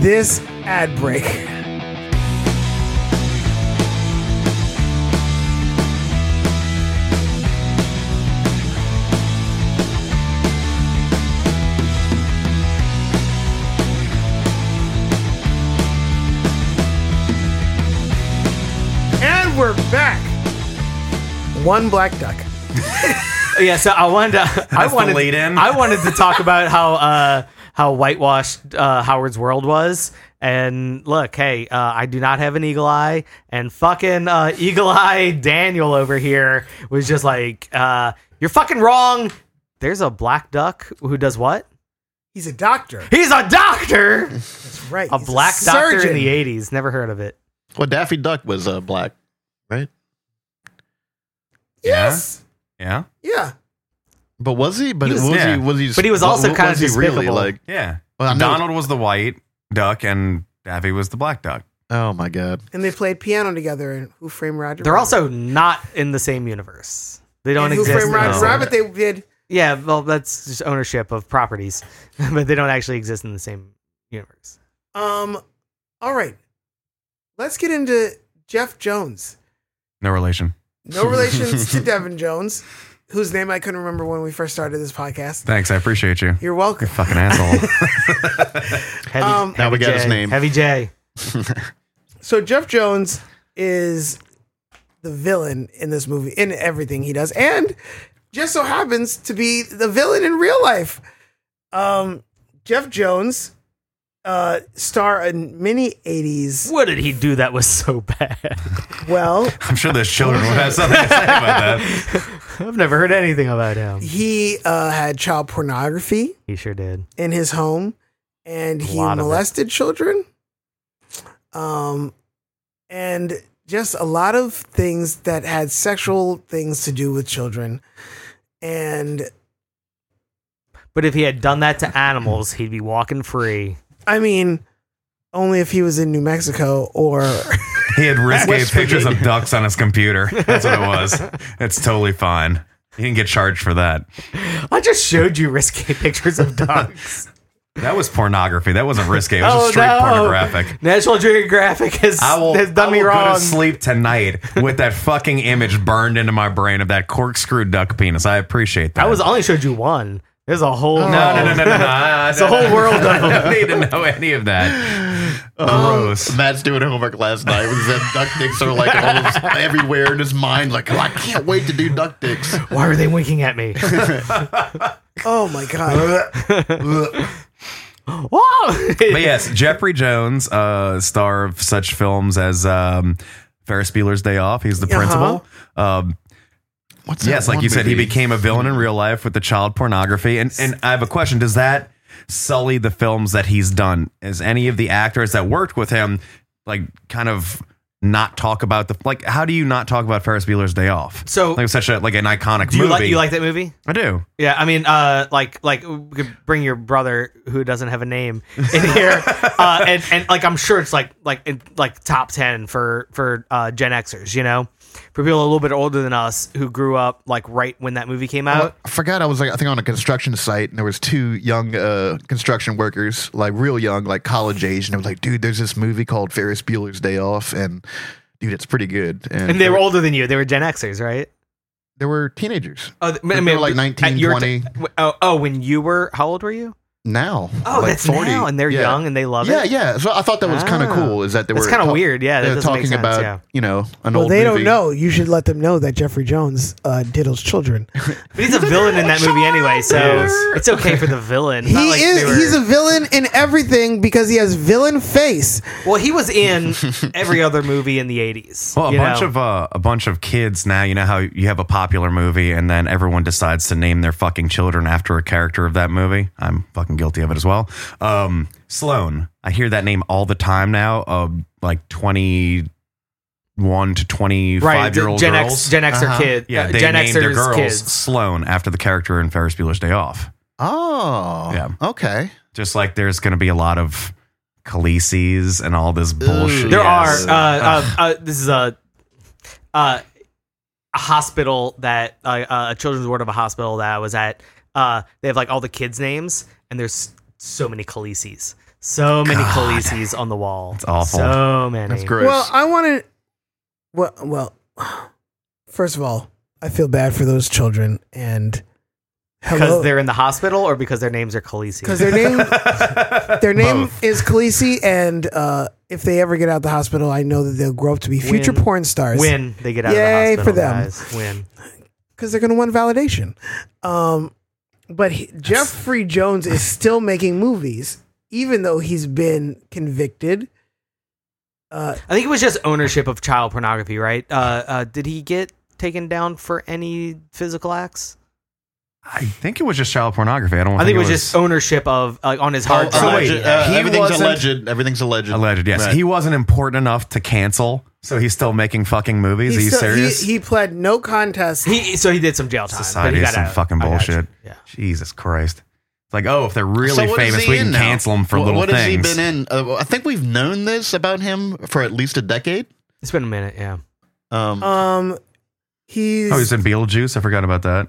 S2: this ad break. And we're back. One black duck.
S1: Yeah, so I wanted to. I
S4: That's the
S1: wanted.
S4: lead-in.
S1: I wanted to talk about how uh, how whitewashed uh, Howard's world was. And look, hey, uh, I do not have an eagle eye, and fucking uh, eagle eye Daniel over here was just like, uh, "You're fucking wrong." There's a black duck who does what?
S2: He's a doctor,
S1: He's a doctor,
S2: right?
S1: a
S2: He's
S1: black doctor in
S2: surgeon.
S1: the '80s. Never heard of it.
S5: well, Daffy Duck was uh, black, right?
S2: Yes.
S4: Yeah.
S2: Yeah.
S5: But was he? But
S1: He
S5: was,
S1: was-
S4: yeah.
S5: he? Was he?
S1: But he was also
S5: wa-
S1: kind
S5: was
S1: of
S5: he really
S1: despicable.
S5: like?
S4: Yeah.
S5: Well, I know-
S4: Donald was the white duck and Daffy was the black duck.
S5: Oh my god!
S2: and they played piano together in Who Framed Roger.
S1: They're
S2: Rabbit.
S1: also not in the same universe. They don't
S2: And Who
S1: exist.
S2: Framed
S1: in the
S2: Roger
S1: same-
S2: Rabbit. They did.
S1: Yeah, well, that's just ownership of properties, but they don't actually exist in the same universe.
S2: Um, all right, let's get into Jeff Jones.
S4: No relation.
S2: No relations to Devin Jones, whose name I couldn't remember when we first started this podcast.
S4: Thanks. I appreciate you.
S2: You're welcome.
S4: Fucking asshole.
S1: Heavy,
S2: Um,
S5: Now
S1: Heavy
S5: we got
S1: J,
S5: his name.
S1: Heavy J.
S2: So Jeff Jones is the villain in this movie in everything he does, and just so happens to be the villain in real life. Um, Jeff Jones, uh, star in many '80s.
S1: What did he do that was so bad?
S2: Well,
S4: I'm sure there's children would have something to say about that.
S1: I've never heard anything about him.
S2: he uh, had child pornography
S1: He sure did.
S2: in his home and he
S1: lot of it.
S2: molested children um and just a lot of things that had sexual things to do with children and
S1: But if he had done that to animals, he'd be walking free.
S2: i mean only if he was in new mexico or
S4: He had risque
S5: West
S4: pictures of ducks on his computer. That's what it was. It's totally fine. He didn't get charged for that.
S1: I just showed you risque pictures of dogs.
S4: That was pornography. That wasn't risque. It was
S1: Oh,
S4: just straight
S1: no.
S4: pornographic.
S1: National Geographic has,
S4: I will,
S1: has
S4: I
S1: done me
S4: will go
S1: wrong.
S4: to sleep tonight with that fucking image burned into my brain of that corkscrew duck penis. I appreciate that.
S1: I was I only showed you one. There's a whole
S4: no, no, no, no, no, no. It's a
S1: whole world Um,
S4: I don't need to know any of that. Gross.
S5: Matt's doing homework last night. He said duck dicks are like all this, everywhere in his mind. Like, oh, I can't wait to do duck dicks.
S1: Why are they winking at me?
S2: oh my god
S1: Whoa!
S4: But yes, Jeffrey Jones, uh, star of such films as um, Ferris Bueller's Day Off. He's the principal. Um,
S5: What's that
S4: yes, like
S5: one
S4: you said, he
S5: movie?
S4: became a villain in real life with the child pornography. And and I have a question: Does that sully the films that he's done? Is any of the actors that worked with him like kind of not talk about the like? How do you not talk about Ferris Bueller's Day Off?
S1: So-
S4: like it's such a like an iconic
S1: Do you
S4: movie.
S1: like you like that movie?
S4: I do.
S1: Yeah, I mean, uh, like like we could bring your brother who doesn't have a name in here, uh, and and like I'm sure it's like like in, like top ten for for uh, Gen Xers, you know, for people a little bit older than us who grew up like right when that movie came out.
S5: I forgot I was like I think on a construction site and there was two young uh, construction workers, like real young, like college age, and I was like, dude, there's this movie called Ferris Bueller's Day Off, and dude, it's pretty good.
S1: And they were older than you. They were Gen Xers, right?
S5: there were teenagers
S1: Oh, th-
S5: Uh, They were, like,
S1: at
S5: 19,
S1: your
S5: 20.
S1: w- oh, oh, when you were, how old were you?
S5: now.
S1: Oh,
S5: like
S1: that's now, and they're
S5: Yeah.
S1: young and they love
S5: Yeah,
S1: it.
S5: yeah. So I thought that was kind of
S1: Ah.
S5: cool. Is that they
S1: That's
S5: were
S1: kind of
S5: ta-
S1: weird. Yeah,
S5: They
S1: that
S5: were
S1: doesn't
S5: talking
S1: make sense.
S5: about
S1: yeah.
S5: you know an
S2: Well,
S5: old.
S2: they don't
S5: movie.
S2: know. You should let them know that Jeffrey Jones uh, diddles children.
S1: But he's a villain in that movie anyway, so
S4: Yes.
S1: it's okay for the villain. It's
S2: He
S1: not like
S2: is.
S1: they were-
S2: He's a villain in everything because he has villain face.
S1: Well, he was in every other movie in the eighties.
S4: Well, a bunch of uh, a bunch of kids now. You know how you have a popular movie, and then everyone decides to name their fucking children after a character of that movie. I'm fucking guilty of it as well. Um, Sloan, I hear that name all the time now. Of like twenty one to twenty five
S1: right
S4: year old
S1: Gen
S4: girls.
S1: X Gen Xer
S5: Uh-huh.
S1: kid.
S4: yeah,
S1: uh,
S4: they
S1: Gen
S4: named their
S1: Xers
S4: girls
S1: kids.
S4: Sloan after the character in Ferris Bueller's Day Off.
S5: Oh,
S4: Yeah.
S5: Okay.
S4: Just like there's going to be a lot of Khaleesi's and all this bullshit.
S1: There
S5: Yes.
S1: are. Uh, uh, uh, this is a. Uh, a hospital that uh, uh, a children's ward of a hospital that I was at. Uh, they have like all the kids' names, and there's so many Khaleesi's, so many
S4: God.
S1: Khaleesi's on the wall. It's
S4: awful.
S1: So many.
S5: That's gross.
S2: Well, I want to. Well, well, first of all, I feel bad for those children and
S1: Because
S2: hello
S1: they're in the hospital, or because their names are Khaleesi.
S2: because their name their name is Khaleesi, and uh, if they ever get out of the hospital, I know that they'll grow up to be future
S1: Win.
S2: porn stars.
S1: Win they get out
S2: Yay
S1: of the hospital,
S2: for them.
S1: guys. Win.
S2: because they're going to want validation. Um, but he, Jeffrey Jones is still making movies, even though he's been convicted. Uh,
S1: I think it was just ownership of child pornography, right? Uh, uh, did he get taken down for any physical acts?
S4: I think it was just child pornography. I don't.
S1: I, think, it was, just ownership of like on his hard
S5: Oh,
S1: drive.
S5: alleged,
S4: wait,
S5: uh,
S4: he
S5: everything's
S4: wasn't-
S5: alleged. Everything's alleged.
S4: alleged. Yes,
S5: Right.
S4: he wasn't important enough to cancel, so he's still making fucking movies. Are
S2: he's
S4: you
S2: still-
S4: serious?
S2: He, he pled no contest.
S1: He so he did some jail time. but
S4: Society
S1: he
S4: is
S1: got
S4: some
S1: out.
S4: fucking
S1: I got you.
S4: bullshit.
S1: Yeah.
S4: Jesus Christ! It's like, oh, if they're really
S5: So what is
S4: famous,
S5: he
S4: we
S5: in
S4: can
S5: now?
S4: cancel them for
S5: What-
S4: little
S5: what
S4: things.
S5: has he been in? Uh, I think we've known this about him for at least a decade.
S1: It's been a minute. Yeah.
S5: Um,
S2: um, he's,
S4: Oh, he's in Beetlejuice. I forgot about that.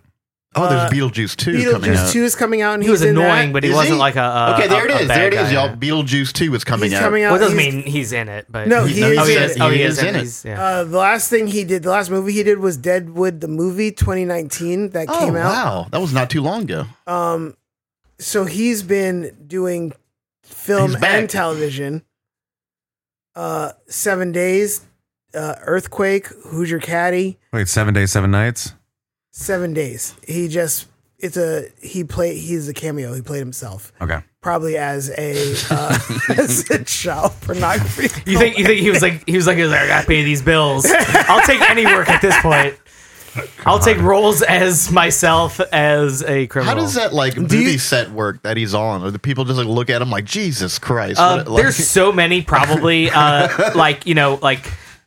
S5: oh,
S2: uh,
S5: there's Beetlejuice two coming
S2: Beetlejuice
S5: out.
S2: Two is coming out, and
S1: He was
S2: he's in
S1: annoying,
S2: that.
S1: but he
S5: Is
S1: wasn't
S5: he?
S1: like a, a
S5: okay, there it
S1: Uh, a- a
S5: is.
S1: bad
S5: There it is,
S1: guy,
S5: y'all.
S1: yeah.
S5: Beetlejuice two is coming
S2: he's
S5: out.
S2: coming out.
S1: Well, it doesn't
S2: he's-
S1: mean he's in it, but
S2: No, he
S5: no,
S2: is
S1: oh, he
S2: in
S1: is.
S2: it.
S1: Oh, he,
S5: He
S1: is,
S5: is in it.
S1: He's- yeah.
S2: Uh, the last thing he did, the last movie he did was Deadwood the movie 2019 that
S5: Oh
S2: came out.
S5: wow, that was not too long ago.
S2: Um, so he's been doing film
S5: He's back.
S2: and television. Uh, Seven Days, uh, Earthquake, Who's Your Caddy?
S4: Wait, seven days, seven nights.
S2: Seven Days. He just it's a he play he's a cameo. He played himself
S4: Okay.
S2: probably as a uh, as a child pornography.
S1: You think you think he was like he was like, he was like I gotta pay these bills. I'll take any work at this point. I'll take roles as myself as a criminal.
S5: How does that like
S2: you-
S5: movie set work that he's on? Or the people just like look at him like Jesus Christ?
S1: Uh,
S5: what- like-
S1: there's so many probably uh, like you know like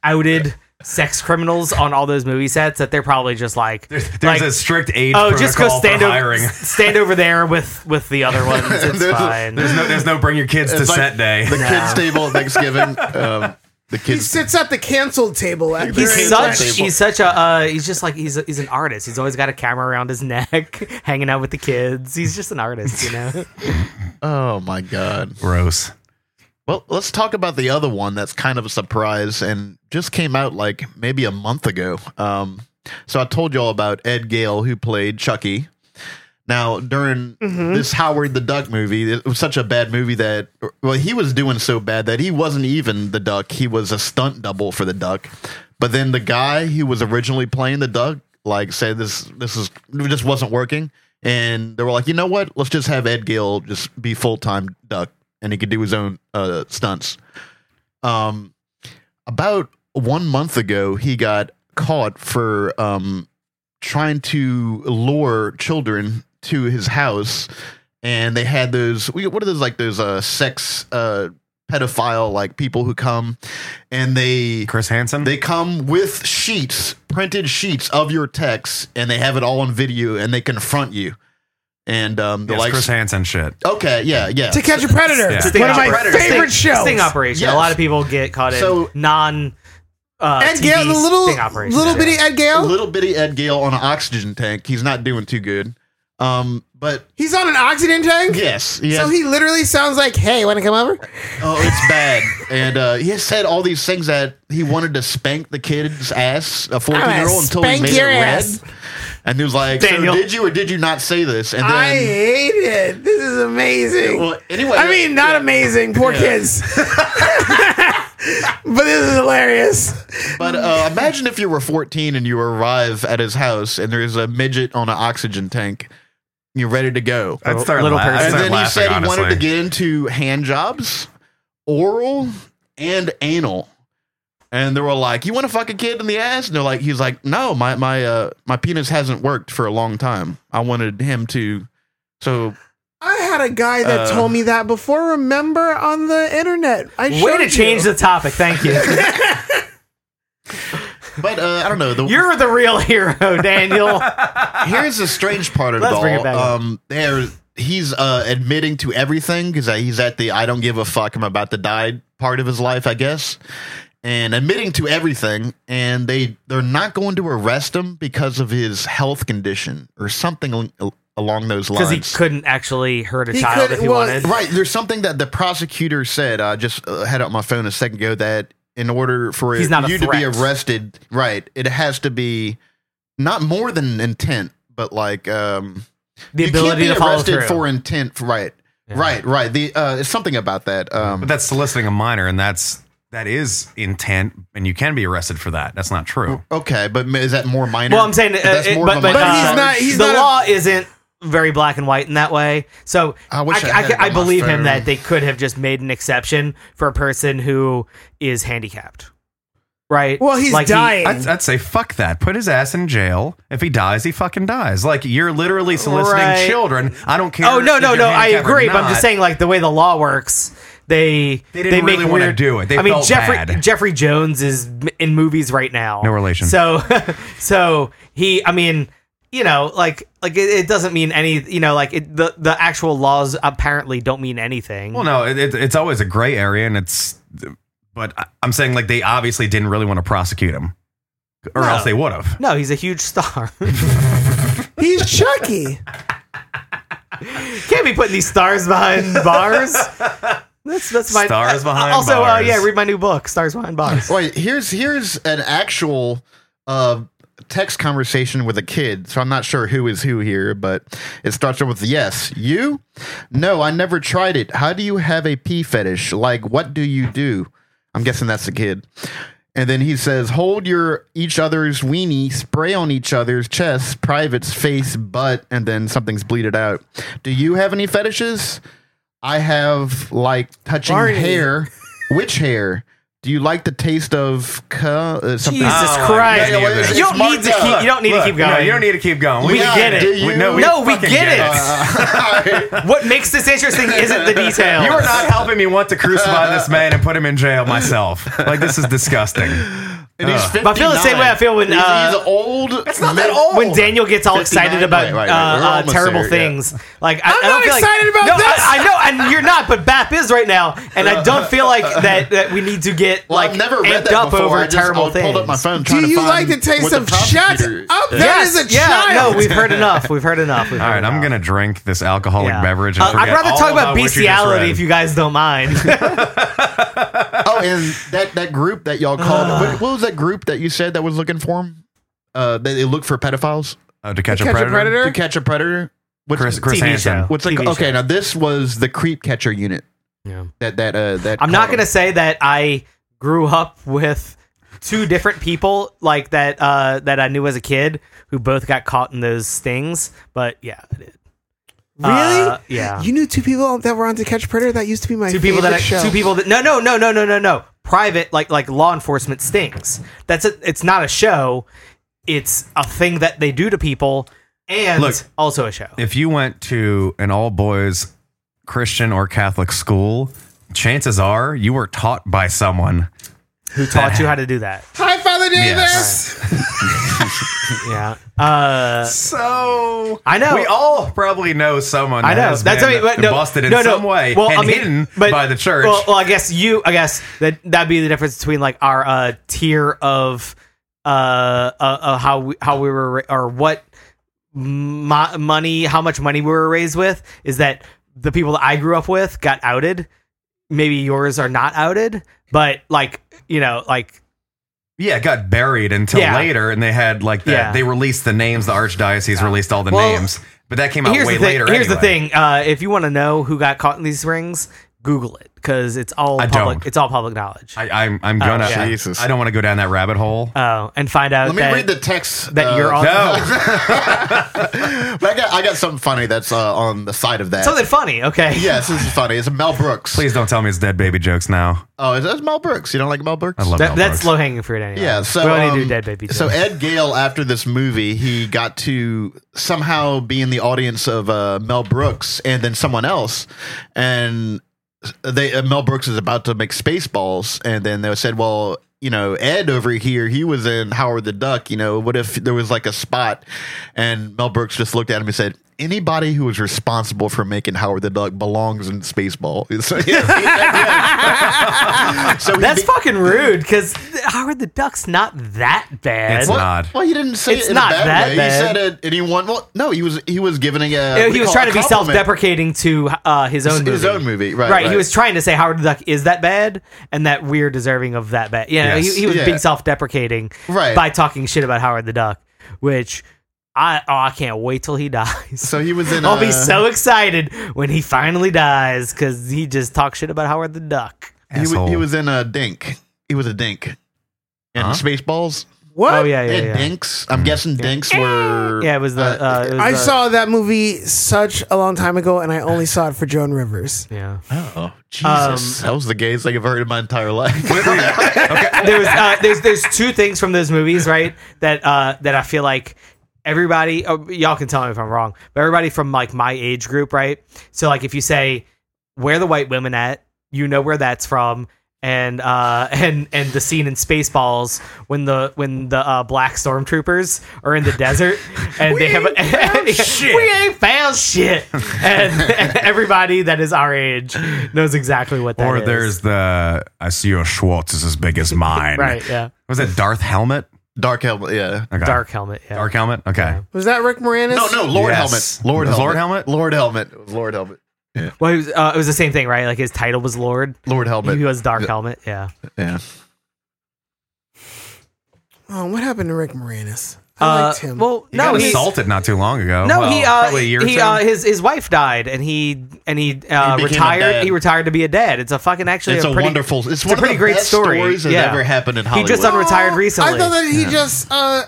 S1: outed sex criminals on all those movie sets that they're probably just like
S4: There's
S1: like,
S4: a strict age
S1: oh
S4: protocol
S1: just go stand
S4: for
S1: over
S4: hiring.
S1: stand over there with with the other ones it's
S5: There's a-
S1: fine
S4: There's no, there's no bring your kids to
S5: It's like
S4: set day.
S5: the kids table at Thanksgiving. um, the
S2: He
S5: kids.
S2: sits at the canceled table. At
S1: He's
S5: Right.
S1: such.
S5: Table.
S1: He's such a. Uh, he's just like he's. A, he's an artist. He's always got a camera around his neck, hanging out with the kids. He's just an artist, you know.
S5: Oh my God.
S4: Gross.
S5: Well, let's talk about the other one that's kind of a surprise and just came out like maybe a month ago. Um, so I told y'all about Ed Gale, who played Chucky. Now, during this Howard the Duck movie, it was such a bad movie that, well, he was doing so bad that he wasn't even the duck. He was a stunt double for the duck. But then the guy who was originally playing the duck, like, said this, this is, it just wasn't working. And they were like, you know what? Let's just have Ed Gale just be full time duck and he could do his own uh, stunts. Um, about one month ago, he got caught for um, trying to lure children to his house and they had those. we- What are those like? Those uh, sex uh, pedophile like people who come and they
S4: Chris Hansen.
S5: they come with sheets, printed sheets of your text, and they have it all on video, and they confront you. And um, they're
S4: Yes,
S5: like,
S4: Chris Hansen shit.
S5: okay, yeah, yeah.
S2: To Catch a Predator,
S4: Yeah.
S1: Sting
S2: one of my
S1: operation.
S2: favorite
S1: sting,
S2: shows.
S1: Sting operation.
S5: Yes.
S1: A lot of people get caught in
S5: So-
S1: non. Uh,
S2: Ed
S1: TV
S2: Gale, the little
S1: sting operation.
S2: little bitty Ed
S5: a
S2: Gale.
S5: little bitty Ed Gale on an oxygen tank. He's not doing too good. Um, but
S2: He's on an oxygen tank.
S5: yes, he
S2: So
S5: has-
S2: he literally sounds like, "Hey, want to come over?"
S5: oh, it's bad. and uh, he has said all these things that he wanted to spank the kid's ass, a
S2: gonna
S5: fourteen-year-old, until he
S2: spank
S5: made it
S2: your
S5: red.
S2: ass.
S5: And he was like,
S1: Daniel.
S5: "So did you or did you not say this?" And then,
S2: I hate it. This is amazing.
S5: well, anyway,
S2: I mean, not amazing. Poor kids. but this is hilarious.
S5: But uh, imagine if you were 14 and you arrive at his house and there's a midget on an oxygen tank. You're ready to go.
S4: I'd start,
S1: Little
S4: la-
S1: person.
S4: I'd
S5: Oh, And
S4: start
S5: then he
S4: laughing,
S5: said he
S4: honestly.
S5: wanted to get into hand jobs, oral and anal. And they were like, "You want to fuck a kid in the ass?" And they're like, "He's like, no, my my uh my penis hasn't worked for a long time. I wanted him to." So
S2: I had a guy that
S5: Uh,
S2: told me that before. Remember on the internet, I
S1: Way
S2: showed
S1: to change
S2: you.
S1: the topic. Thank you.
S5: but uh, I don't know. The,
S1: You're the real hero, Daniel.
S5: here's the strange part of it
S1: Let's bring it
S5: all.
S1: back up.
S5: Um, there he's uh, admitting to everything because he's at the "I don't give a fuck, I'm about to die" part of his life, I guess, and admitting to everything. And they they're not going to arrest him because of his health condition or something al- along those
S1: Because
S5: lines.
S1: he couldn't actually hurt a
S2: He
S1: child
S2: could-
S1: if he
S2: well,
S1: wanted.
S5: Right. There's something that the prosecutor said. I just uh, had it on my phone a second ago that in order for
S1: He's not a
S5: you to be
S1: threat.
S5: arrested, right, it has to be not more than intent, but like um,
S1: The
S5: you
S1: ability
S5: can't be
S1: to follow
S5: arrested
S1: through.
S5: for intent. Right. Right. Right. The uh, it's something about that. Um,
S4: But that's soliciting a minor, and that's that is intent, and you can be arrested for that. That's not true.
S5: okay, but is that more minor?
S1: Well, I'm saying, uh,
S5: that's
S1: it-
S5: more
S1: but,
S5: of a
S1: but,
S5: minor
S1: uh,
S2: But he's not-
S5: charge.
S2: he's
S1: the
S2: not a-
S1: law isn't very black and white in that way. So
S5: I
S1: I,
S5: wish I
S1: I,
S5: had it
S1: I,
S5: on my
S1: believe
S5: phone.
S1: him that they could have just made an exception for a person who is handicapped. Right?
S2: Well, he's
S1: Like he-
S2: dying.
S4: I'd, I'd say fuck that. Put his ass in jail. If he dies, he fucking dies. Like you're literally soliciting
S1: Right.
S4: children. I don't care.
S1: oh, no,
S4: if
S1: no,
S4: you're
S1: no. I
S4: handicapped or
S1: agree. But I'm just
S4: not.
S1: saying, like, the way the law works. They
S4: They didn't
S1: make
S4: really
S1: weird,
S4: wanna do it. They
S1: I mean,
S4: felt
S1: Jeffrey
S4: bad.
S1: Jeffrey Jones is m- in movies right now.
S4: No relation.
S1: So, so he. I mean, you know, like, like it, it doesn't mean any. You know, like it, the the actual laws apparently don't mean anything.
S4: Well, no, it, it, it's always a gray area, and it's. But I- I'm saying like they obviously didn't really want to prosecute him, or
S1: No.
S4: else they would have.
S1: No, he's a huge star.
S2: He's Chucky.
S1: Can't be putting these stars behind bars. That's that's my
S4: Stars behind
S1: also,
S4: bars.
S1: uh, yeah, read my new book, Stars Behind Bars.
S5: Wait, here's here's an actual uh, text conversation with a kid. So I'm not sure who is who here, but it starts off with yes, you. No, I never tried it. How do you have a pee fetish? Like, what do you do? I'm guessing that's the kid. And then he says, "Hold your each other's weenie, spray on each other's chests, privates, face, butt, and then something's bleeded out. Do you have any fetishes? I have like touching
S2: Barney.
S5: hair. Which hair? Do you like the taste of ca- uh, something?
S1: Jesus
S4: Oh,
S1: Christ!
S4: yeah, yeah, yeah.
S1: you don't need to
S5: It's
S1: keep. You don't need
S4: Look,
S1: to keep going.
S4: No, you don't need to keep going.
S1: We get it.
S5: Ah, do you?
S4: no, we
S1: No, we
S4: fucking
S1: get it.
S5: Uh,
S1: What makes this interesting isn't the details.
S4: You are not helping me want to crucify this man and put him in jail myself. Like this is disgusting.
S5: and he's
S1: Uh. But I feel the same
S5: 59.
S1: way I feel when,
S5: he's,
S1: uh,
S5: he's old. It's not
S4: that old.
S1: when Daniel gets all
S5: 59,
S1: excited about
S5: right, right, right. We're
S1: uh,
S5: almost
S1: uh, terrible
S5: there, yeah.
S1: things. Like I,
S2: I'm
S1: I don't
S2: not
S1: feel like-
S2: excited about
S1: no, I-
S2: this.
S1: I, know, and you're not, but BAP is right now, and I don't feel like that. That we need to get
S5: Uh, Well,
S1: like
S5: I've never
S1: amped
S5: read that
S1: up
S5: before.
S1: over
S5: I just,
S1: terrible
S5: I
S1: things.
S5: Pulled up my phone
S2: Do
S5: trying to
S2: you
S5: find
S2: like the taste
S5: what
S2: of? Shut
S5: prosecutor-
S2: up! That
S1: Yes,
S2: is a
S1: yeah,
S2: child.
S1: no, we've heard enough. We've heard enough. We've
S4: All
S1: heard
S4: right, I'm
S1: enough.
S4: gonna drink this alcoholic
S1: Yeah.
S4: beverage. And
S1: Uh, I'd
S4: forget
S1: rather
S4: all
S1: talk about
S4: what you just
S1: bestiality
S4: read.
S1: if you guys don't mind.
S5: Oh, and that that group that y'all called.
S1: Uh.
S5: what, what was that group that you said that was looking for him? Uh, they, they look for pedophiles
S4: Oh, to catch,
S2: Catch a Predator?
S5: to catch a predator. What's
S4: Chris, Chris
S1: TV
S4: Hansen.
S1: show.
S5: what's the,
S1: TV show.
S5: okay? Now this was the creep catcher unit.
S1: Yeah.
S5: That that uh that
S1: I'm not
S5: caught him.
S1: gonna say that I grew up with two different people like that uh, that I knew as a kid who both got caught in those stings. But yeah, I did.
S2: Really?
S1: Uh, yeah.
S2: You knew two people that were on To Catch a Predator. That used to be my
S1: two people that I,
S2: favorite show.
S1: two people that no no no no no no no private like like law enforcement stings. That's a, it's not a show. It's a thing that they do to people and
S4: Look.
S1: also a show.
S4: if you went to an all boys Christian or Catholic school, chances are you were taught by someone.
S1: Who taught you how to do that?
S2: Hi, Father Davis.
S1: Yeah. Uh,
S4: So
S1: I know.
S4: we all probably know someone.
S1: I
S4: that
S1: know.
S4: has
S1: That's
S4: been
S1: I mean, but no,
S4: busted in
S1: no, no.
S4: some way
S1: Well,
S4: and
S1: I mean,
S4: hidden
S1: but-
S4: by the church.
S1: Well, well, I guess you. I guess that that'd be the difference between like our uh, tier of uh, uh, uh how we, how we were ra- or what mo- money, how much money we were raised with. Is that the people that I grew up with got outed? Maybe yours are not outed, but like you know, like
S4: yeah, it got buried until
S1: Yeah.
S4: later, and they had like the,
S1: Yeah.
S4: they released the names. The archdiocese released all the
S1: Well,
S4: names, but that came out way
S1: here's the thing.
S4: later.
S1: Here's the
S4: anyway.
S1: thing. Uh, if you want to know who got caught in these rings, Google it because it's all
S4: I
S1: public.
S4: don't.
S1: It's all public knowledge.
S4: I, I'm I'm gonna.
S1: yeah.
S5: Jesus.
S4: I don't want to go down that rabbit hole.
S1: oh, and find out.
S5: Let me
S1: that-
S5: read the text uh,
S1: that you're on-
S4: no,
S5: But I got I got something funny that's uh, on the side of that.
S1: something funny. Okay.
S5: yes, this is funny. It's Mel Brooks.
S4: please don't tell me it's dead baby jokes now.
S5: Oh, is that Mel Brooks? You don't like Mel Brooks?
S4: I love
S1: That,
S4: Mel
S1: that's
S4: Brooks.
S1: low hanging fruit anyway.
S5: Yeah, so
S1: we only do
S5: um,
S1: dead baby.
S5: So
S1: jokes.
S5: Ed Gale, after this movie, he got to somehow be in the audience of uh, Mel Brooks and then someone else, and they uh, Mel Brooks is about to make Spaceballs, and then they said, "Well, you know, Ed over here, he was in Howard the Duck. You know, what if there was like a spot?" And Mel Brooks just looked at him and said. Anybody who was responsible for making Howard the Duck belongs in Spaceball. So, So he
S1: that's
S5: be-
S1: fucking rude because Howard the Duck's not that bad.
S4: It's
S5: Well,
S4: not.
S5: Well, he didn't say
S1: It's
S5: it in
S1: not
S5: a bad
S1: that
S5: way.
S1: bad.
S5: He said it, and he won. Well, no, he was he was giving a. what do
S1: he
S5: you
S1: was
S5: call
S1: trying
S5: it?
S1: to be self
S5: Compliment.
S1: deprecating to uh, his own movie.
S5: His own movie, right?
S1: Right, he was trying to say Howard the Duck is that bad, and that we're deserving of that bad. Yeah,
S4: Yes.
S1: he, he was
S5: Yeah.
S1: being self-deprecating
S5: Right.
S1: by talking shit about Howard the Duck, which I oh I can't wait till he dies.
S5: So he was in.
S1: I'll be
S5: uh,
S1: so excited when he finally dies because he just talks shit about Howard the Duck.
S5: He, wa-
S4: Asshole.
S5: he was in a dink. He was a dink. And
S4: Huh?
S5: Spaceballs.
S2: What?
S1: Oh yeah,
S5: Yeah,
S1: yeah, yeah.
S5: dinks. I'm guessing dinks were.
S1: Yeah, it was the. Uh, it was
S2: I
S1: the-
S2: saw that movie such a long time ago, and I only saw it for Joan Rivers.
S1: Yeah,
S5: Oh Jesus! that was the gayest thing I've heard in my entire life.
S1: there was. Uh, there's there's two things from those movies, right? That uh, that I feel like everybody. Oh, y'all can tell me if I'm wrong, but everybody from like my age group, right? So like, if you say where the white women at, you know where that's from. And uh and and the scene in Spaceballs when the when the uh, black stormtroopers are in the desert and they have a, we ain't found shit and, and everybody that is our age knows exactly what that is.
S4: Or there's the I see your Schwartz is as big as mine.
S1: right yeah
S4: Was it Darth Helmet?
S5: Dark helmet. Yeah.
S4: Okay.
S1: Dark helmet. Yeah.
S4: Dark Helmet. Okay.
S2: Was that Rick Moranis?
S5: No, no, Lord
S4: Yes.
S5: Helmet. Lord
S4: It was Lord
S5: Helmet.
S4: Helmet?
S5: Lord Helmet. It was Lord Helmet.
S1: Well, it was, uh, it was the same thing, right? Like his title was Lord.
S5: Lord Helmet.
S1: he was Dark Helmet. Yeah.
S5: yeah.
S2: Oh, what happened to Rick Moranis? I
S1: Uh,
S2: liked him.
S1: well,
S4: He
S1: no,
S4: got
S1: he,
S4: assaulted not too long ago.
S1: no,
S4: Well,
S1: he, uh,
S4: probably a year or
S1: he,
S4: two.
S1: uh, his his wife died, and he and he, uh,
S5: He became a
S1: retired.
S5: dad.
S1: He retired to be a dad. It's a fucking actually
S5: It's
S1: a,
S5: a
S1: pretty,
S5: wonderful. It's,
S1: a
S5: one
S1: pretty
S5: of the
S1: great
S5: best
S1: story.
S5: stories that
S1: Yeah.
S5: ever happened in
S1: He
S5: Hollywood.
S1: just unretired recently.
S2: I thought that he just. Uh,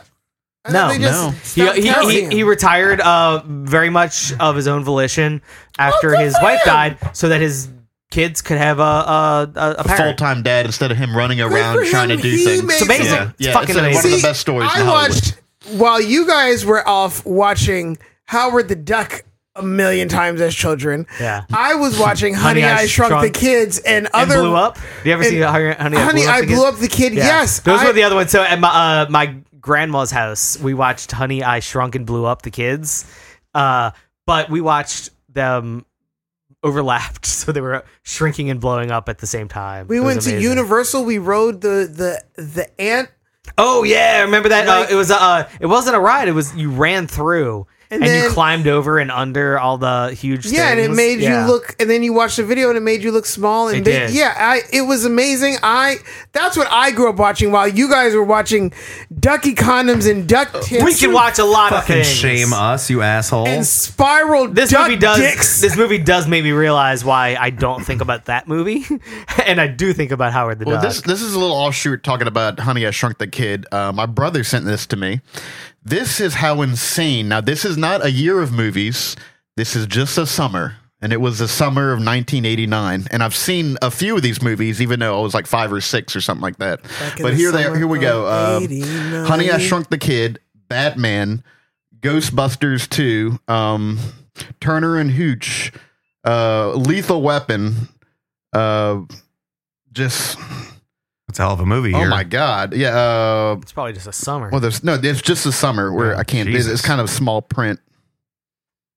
S2: I
S1: No.
S2: thought they
S5: No.
S2: just
S1: he,
S2: stopped
S1: he, he,
S2: casting
S1: he
S2: him.
S1: retired uh, very much of his own volition after
S2: good
S1: his
S2: for
S1: wife
S2: him.
S1: died, so that his kids could have a a, a, a
S5: a full
S1: parent.
S5: time dad instead of him running around
S2: for
S5: trying to
S2: him.
S5: do
S2: He
S5: things.
S2: makes
S1: It's amazing.
S5: Yeah,
S1: It's
S5: yeah,
S1: fucking
S5: it's one of
S1: amazing.
S5: the best stories
S2: I
S5: in Hollywood.
S2: watched while you guys were off watching Howard the Duck a million times as children.
S1: Yeah.
S2: I was watching Honey, I, Shrunk, the Kids and
S1: And
S2: other
S1: blew up. Do you ever
S2: and
S1: see Honey, Honey, I
S2: Honey,
S1: blew up?
S2: I
S1: again?
S2: blew up the kid.
S1: Yeah.
S2: Yes,
S1: those
S2: I,
S1: were the other ones. So at my uh, my grandma's house, we watched Honey, I Shrunk and Blew Up the Kids, uh, but we watched them overlapped, so they were shrinking and blowing up at the same time.
S2: We
S1: It was
S2: went to
S1: amazing.
S2: Universal. We rode the the the ant,
S1: Oh yeah, remember that?
S2: Like-
S1: uh, it was uh, it wasn't a ride. It was you ran through
S2: And
S1: and,
S2: then-
S1: you climbed over and under all the huge.
S2: yeah, and it
S1: things.
S2: made
S1: Yeah.
S2: you look. And then you watched the video, and it made you look small and
S1: It
S2: big.
S1: did.
S2: Yeah, I it was amazing. I that's what I grew up watching while you guys were watching Ducky condoms and duck tits.
S1: We can watch a lot of
S4: fucking
S1: things.
S4: shame us, you asshole.
S2: and spiral
S1: this
S2: duck
S1: movie does
S2: dicks.
S1: this movie does make me realize why I don't think about that movie, and I do think about Howard the
S5: Well,
S1: Duck.
S5: this this is a little offshoot talking about Honey I Shrunk the Kid. Uh, my brother sent this to me. This is how insane. Now this is not a year of movies. This is just a summer, and it was the summer of 1989. And I've seen a few of these movies, even though I was like five or six or something like that.
S2: Back in
S5: But
S2: the
S5: here they
S2: summer
S5: here we go.
S2: of
S5: Um, Honey I
S2: 89.
S5: Shrunk the Kid, Batman, Ghostbusters 2, um, Turner and Hooch, uh, Lethal Weapon, uh, just
S4: It's a hell of a movie
S5: oh
S4: here.
S5: my god, yeah. Uh,
S1: It's probably just a summer.
S5: well, there's no, it's just the summer where I can't. It's, it's
S4: Oh, Jesus.
S5: kind of small print.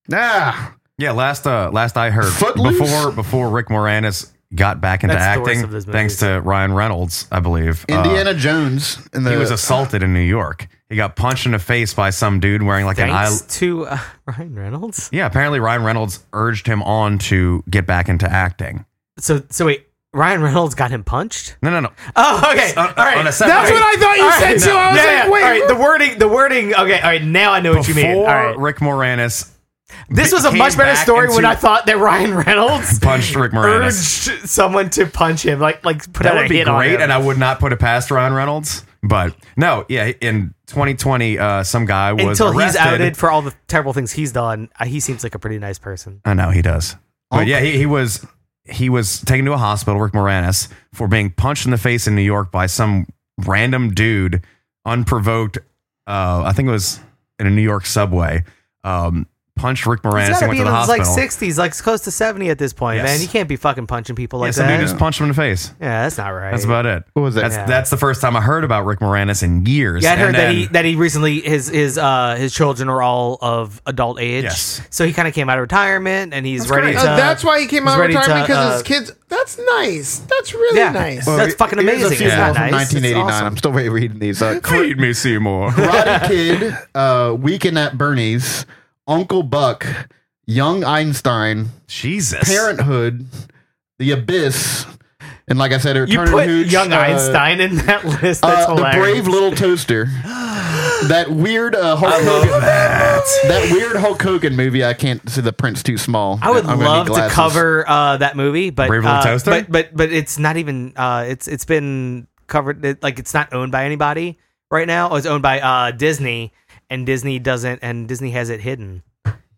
S5: Nah,
S4: Yeah, last uh, last I heard
S5: Footloose?
S4: before before Rick Moranis got back into
S1: That's the worst
S4: acting,
S1: of his movies.
S4: thanks to Ryan Reynolds, I believe. uh,
S5: Indiana Jones, and the,
S4: he was assaulted in New York. He got punched in the face by some dude wearing like an eye.
S1: Thanks to uh, Ryan Reynolds.
S4: Yeah, apparently Ryan Reynolds urged him on to get back into acting.
S1: So so wait, Ryan Reynolds got him punched.
S4: No, no, no.
S1: Oh, okay.
S4: Uh,
S1: all right.
S4: on a separate-
S2: That's what I thought you
S1: All right.
S2: said too. I was
S1: yeah, yeah.
S2: like, wait,
S1: all right. The wording, the wording. Okay, all right. Now I know what you mean. All
S4: Before
S1: right.
S4: Rick Moranis
S1: This was a
S4: came
S1: much better
S4: back
S1: story when
S4: into-
S1: I thought that Ryan Reynolds
S4: punched Rick Moranis,
S1: urged someone to punch him, like like put
S4: that
S1: out
S4: would
S1: a
S4: be
S1: hit on
S4: great,
S1: him.
S4: and I would not put it past Ryan Reynolds. But no, yeah, in 2020, uh, some guy was
S1: until he's
S4: arrested.
S1: outed for all the terrible things he's done. uh, He seems like a pretty nice person.
S4: I know he does. But yeah, he, he was he was taken to a hospital, Rick Moranis, for being punched in the face in New York by some random dude, unprovoked. Uh, I think it was in a New York subway. Um, punched Rick
S1: He's
S4: Moranis
S1: got
S4: and
S1: to be
S4: went to
S1: in
S4: the
S1: his like
S4: hospital.
S1: sixties, like close to seventy at this point,
S4: Yes.
S1: man. You can't be fucking punching people
S4: yeah,
S1: like
S4: some
S1: that.
S4: dude just punched him in the face.
S1: yeah, that's not right.
S4: That's about it.
S5: what was that?
S4: That's
S1: Yeah.
S4: that's the first time I heard about Rick Moranis in years.
S1: Yeah, I heard
S4: And
S1: that
S4: then-
S1: he that he recently his his uh his children are all of adult age.
S4: Yes.
S1: So he kind of came out of retirement and he's
S4: That's
S1: ready
S4: great.
S1: to.
S2: Uh, that's why he came
S1: he's
S2: out of
S1: ready to,
S2: retirement because
S1: uh,
S2: his kids. That's nice. That's really
S1: Yeah.
S2: nice.
S1: Well, That's fucking
S5: here's
S1: amazing.
S5: A few
S1: Isn't
S5: more
S1: that
S5: from
S1: nice? It's
S5: 1989.
S2: awesome.
S5: I'm still reading these. Uh,
S4: Feed me Seymour.
S5: Karate Kid, uh, Weekend at Bernie's, Uncle Buck, Young Einstein,
S4: Jesus.
S5: Parenthood, The Abyss, and like I said,
S1: you
S5: Return
S1: put
S5: Hooch,
S1: young
S5: uh,
S1: Einstein in that list. That's
S5: uh, the
S1: hilarious.
S5: Brave Little Toaster, that weird uh, Hulk
S4: love
S5: Hogan,
S4: that.
S5: that weird Hulk Hogan movie. I can't see the print's too small.
S1: I would
S5: I'm gonna need
S1: love to
S5: glasses.
S1: cover uh, that movie, but
S4: Brave Little
S1: uh,
S4: Toaster?
S1: but but but it's not even. Uh, it's it's been covered. It, like it's not owned by anybody right now. It's owned by uh, Disney, and Disney doesn't. And Disney has it hidden.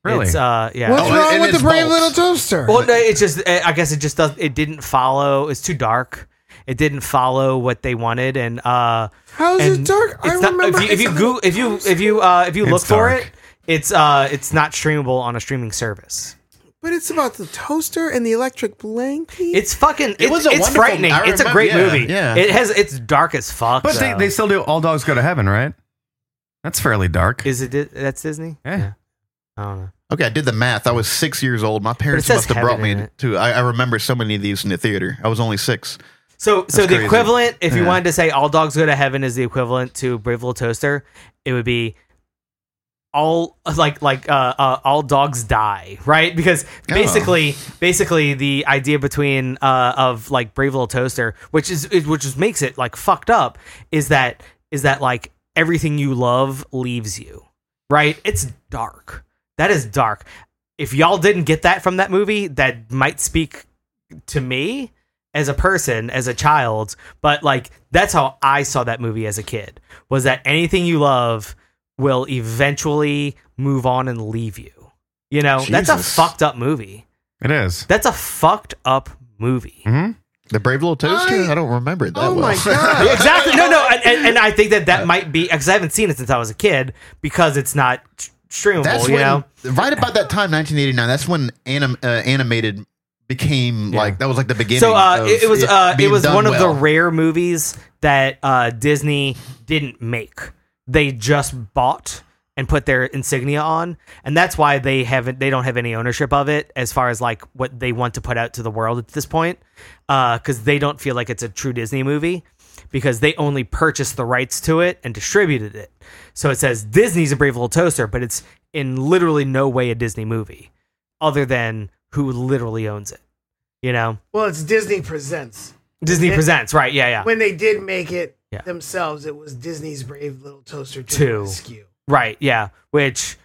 S4: Really?
S1: It's, uh, yeah.
S2: What's
S5: Oh, and-
S2: wrong
S5: and
S2: with the
S5: it's
S2: brave
S5: false.
S2: little toaster?
S1: Well, no, it's just uh, I guess it just does. It didn't follow. It's too dark. It didn't follow what they wanted, and uh,
S2: How is it
S1: and
S2: dark? I
S1: it's not-
S2: remember.
S1: if you if you,
S2: it's-
S1: Goo- if you if you uh, if you look
S4: It's
S1: for
S4: dark.
S1: it, it's uh, it's not streamable on a streaming service.
S2: but it's about the toaster and the electric blanket.
S1: It's fucking. It's,
S5: was a
S1: it's
S5: wonderful-
S1: frightening.
S5: I
S1: it's a
S5: remember-
S1: great
S5: yeah,
S1: movie.
S5: yeah.
S1: It has. It's dark as fuck.
S4: But they,
S1: so-
S4: they still do All Dogs Go to Heaven, right? That's fairly dark.
S1: is it. Di- That's Disney.
S4: Yeah.
S1: I don't know.
S5: Okay, I did the math. I was six years old. My parents
S1: says
S5: must have brought
S1: heaven in
S5: me
S1: it.
S5: to. I, I remember so many of these in the theater. I was only six.
S1: So, so the
S5: crazy.
S1: equivalent, if you
S5: Yeah.
S1: wanted to say "All Dogs Go to Heaven" is the equivalent to "Brave Little Toaster," it would be all like like uh, uh all dogs die, right? Because
S5: Oh.
S1: basically, basically the idea between uh of like Brave Little Toaster, which is it- which just makes it like fucked up, is that is that like everything you love leaves you, right? It's dark. That is dark. If y'all didn't get that from that movie, that might speak to me as a person, as a child, but like that's how I saw that movie as a kid was that anything you love will eventually move on and leave you. You know, that's a
S5: Jesus.
S1: fucked up movie.
S4: It is.
S1: That's a fucked up movie.
S5: Mm-hmm. The Brave Little Toaster.
S2: I-
S5: I, don't remember it that
S2: oh
S5: well.
S2: my god!
S1: exactly. No, no, and, and, and I think that that might be because I haven't seen it since I was a kid because it's not tr- streamable.
S5: That's
S1: you
S5: when,
S1: know,
S5: right about that time, 1989. That's when anim, uh, animated became like that was like the beginning.
S1: So uh,
S5: of
S1: it, it was uh, it
S5: being
S1: was
S5: done
S1: one of the
S5: well.
S1: rare movies that uh, Disney didn't make. They just bought and put their insignia on, and that's why they haven't. They don't have any ownership of it as far as like what they want to put out to the world at this point, because they don't feel like it's a true Disney movie because they only purchased the rights to it and distributed it. So it says Disney's a Brave Little Toaster, but it's in literally no way a Disney movie, other than who literally owns it. You know.
S2: Well, it's Disney Presents.
S1: Disney Presents, right? Yeah, yeah,
S2: When they did make it
S1: Yeah.
S2: themselves, it was Disney's Brave Little Toaster
S1: Two.
S2: to rescue.
S1: right, yeah. Which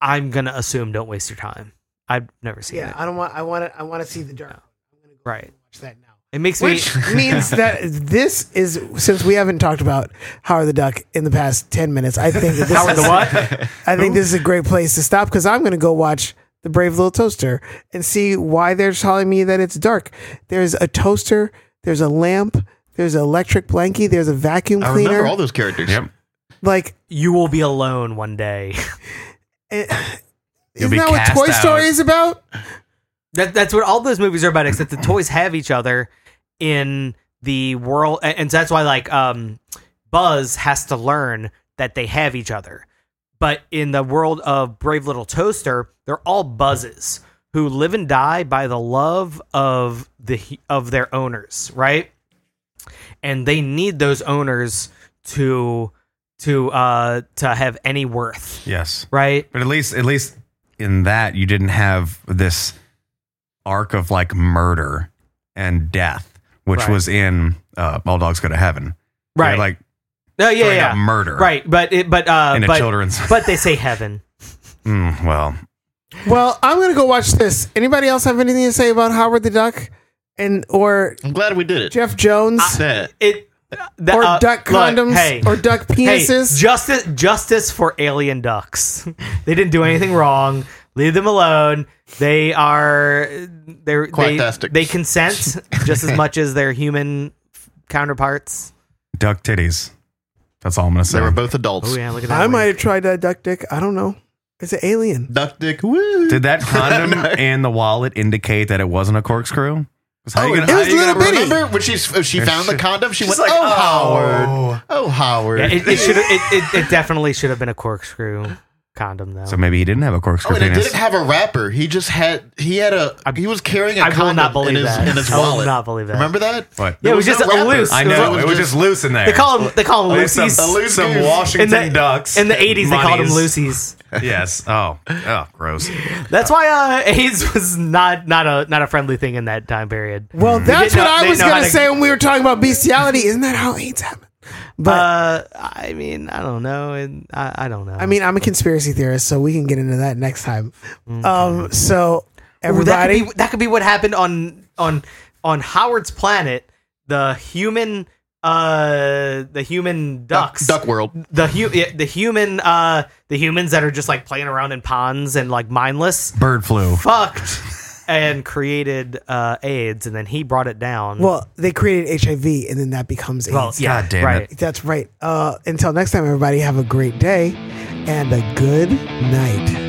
S1: I'm gonna assume don't waste your time. I've never seen
S2: Yeah,
S1: it.
S2: I don't want. I want to. I want to see the dark. I'm gonna go
S1: Right.
S2: watch that now.
S1: It makes
S2: Which
S1: me.
S2: means that this is since we haven't talked about Howard the Duck in the past ten minutes. I think that this
S1: Howard
S2: is,
S1: the what?
S2: I think this is a great place to stop because I'm going to go watch the Brave Little Toaster and see why they're telling me that it's dark. There's a toaster. There's a lamp. There's an electric blanket. There's a vacuum
S5: I remember
S2: cleaner.
S5: all those characters.
S4: Yep.
S2: like
S1: You will be alone one day.
S2: And,
S4: You'll
S2: isn't
S4: be
S2: that what
S4: cast
S2: Toy Story
S4: out.
S2: is about?
S1: That, that's what all those movies are about, except the toys have each other in the world, and, and so that's why like um, Buzz has to learn that they have each other. But in the world of Brave Little Toaster, they're all buzzes who live and die by the love of the of their owners, right? And they need those owners to to uh to have any worth,
S4: Yes.
S1: right?
S4: But at least, at least in that, you didn't have this arc of like murder and death, which
S1: Right.
S4: was in uh, All Dogs Go to Heaven. They're,
S1: Right.
S4: Like
S1: No, yeah,
S4: straight up
S1: yeah.
S4: murder.
S1: Right, but it but uh
S4: In a
S1: but
S4: children's.
S1: but they say heaven.
S4: Mm, well,
S2: Well, I'm gonna go watch this. Anybody else have anything to say about Howard the Duck and or
S5: I'm glad we did it.
S2: Jeff Jones
S5: That.
S1: It the,
S2: or
S1: uh,
S2: duck
S1: look,
S2: condoms
S1: hey,
S2: or duck
S1: hey,
S2: penises?
S1: justice, justice for alien ducks. they didn't do anything wrong. Leave them alone. They are they're they,
S5: Quantastic.
S1: they consent just as much as their human counterparts.
S4: duck titties. That's all I'm going to say.
S5: They were both adults.
S1: Oh yeah, look at that.
S2: I
S1: wing.
S2: might have tried that duck dick. I don't know. It's an alien.
S5: Duck dick. Woo.
S4: Did that condom and the wallet indicate that it wasn't a corkscrew? 'Cause How
S5: Oh,
S4: you
S5: it
S4: gonna- how
S2: was
S4: you gonna
S2: little bitty.
S4: remember-
S5: Remember when she uh, she found the condom? She
S4: She's
S5: went,
S4: like,
S5: "Oh Howard,
S4: oh.
S5: oh Howard."
S1: Yeah, it, it should it, it, it definitely should have been a corkscrew condom though.
S4: So maybe he didn't have a
S5: Oh,
S4: corkscrew
S5: and it
S4: penis.
S5: didn't have a wrapper. He just had he had a
S1: I-
S5: he was carrying a
S1: I will
S5: condom
S1: not believe
S5: in his,
S1: that.
S5: in his
S1: I will
S5: wallet.
S1: not believe that.
S5: Remember that?
S4: What?
S1: Yeah, it
S5: There
S1: was
S5: no
S1: just a
S5: wrapper.
S1: loose-
S4: I
S1: it was
S4: know.
S1: a-
S4: It was just loose in there.
S1: they call them they call them
S4: At least some,
S1: Lucy's.
S5: loose
S4: some
S5: goose.
S1: in
S4: Washington
S1: the,
S4: ducks.
S1: in the 80s, they called them
S4: monies.
S1: Lucy's.
S4: Yes. Oh. Oh, gross.
S1: That's why uh, AIDS was not not a not a friendly thing in that time period.
S2: Well, that's
S1: didn't
S2: what
S1: know-
S2: I
S1: they
S2: was
S1: know how
S2: gonna
S1: to-
S2: say when we were talking about bestiality. Isn't that how AIDS happen? But
S1: Uh, I mean, I don't know, and I, I don't know.
S2: I mean, I'm a conspiracy theorist, so we can get into that next time. Um, so
S1: Mm. Ooh, that
S2: everybody,
S1: could be that could be what happened on on on Howard's planet. The human, uh, the human ducks,
S5: Duck World.
S1: the hu- yeah, the human, uh, the humans that are just like playing around in ponds and like mindless,
S4: Bird flu.
S1: fucked, and created uh, AIDS, and then he brought it down.
S2: well, they created HIV, and then that becomes AIDS.
S1: Well, yeah,
S4: God damn
S1: right.
S4: it.
S2: That's right. Uh, until next time, everybody, have a great day and a good night.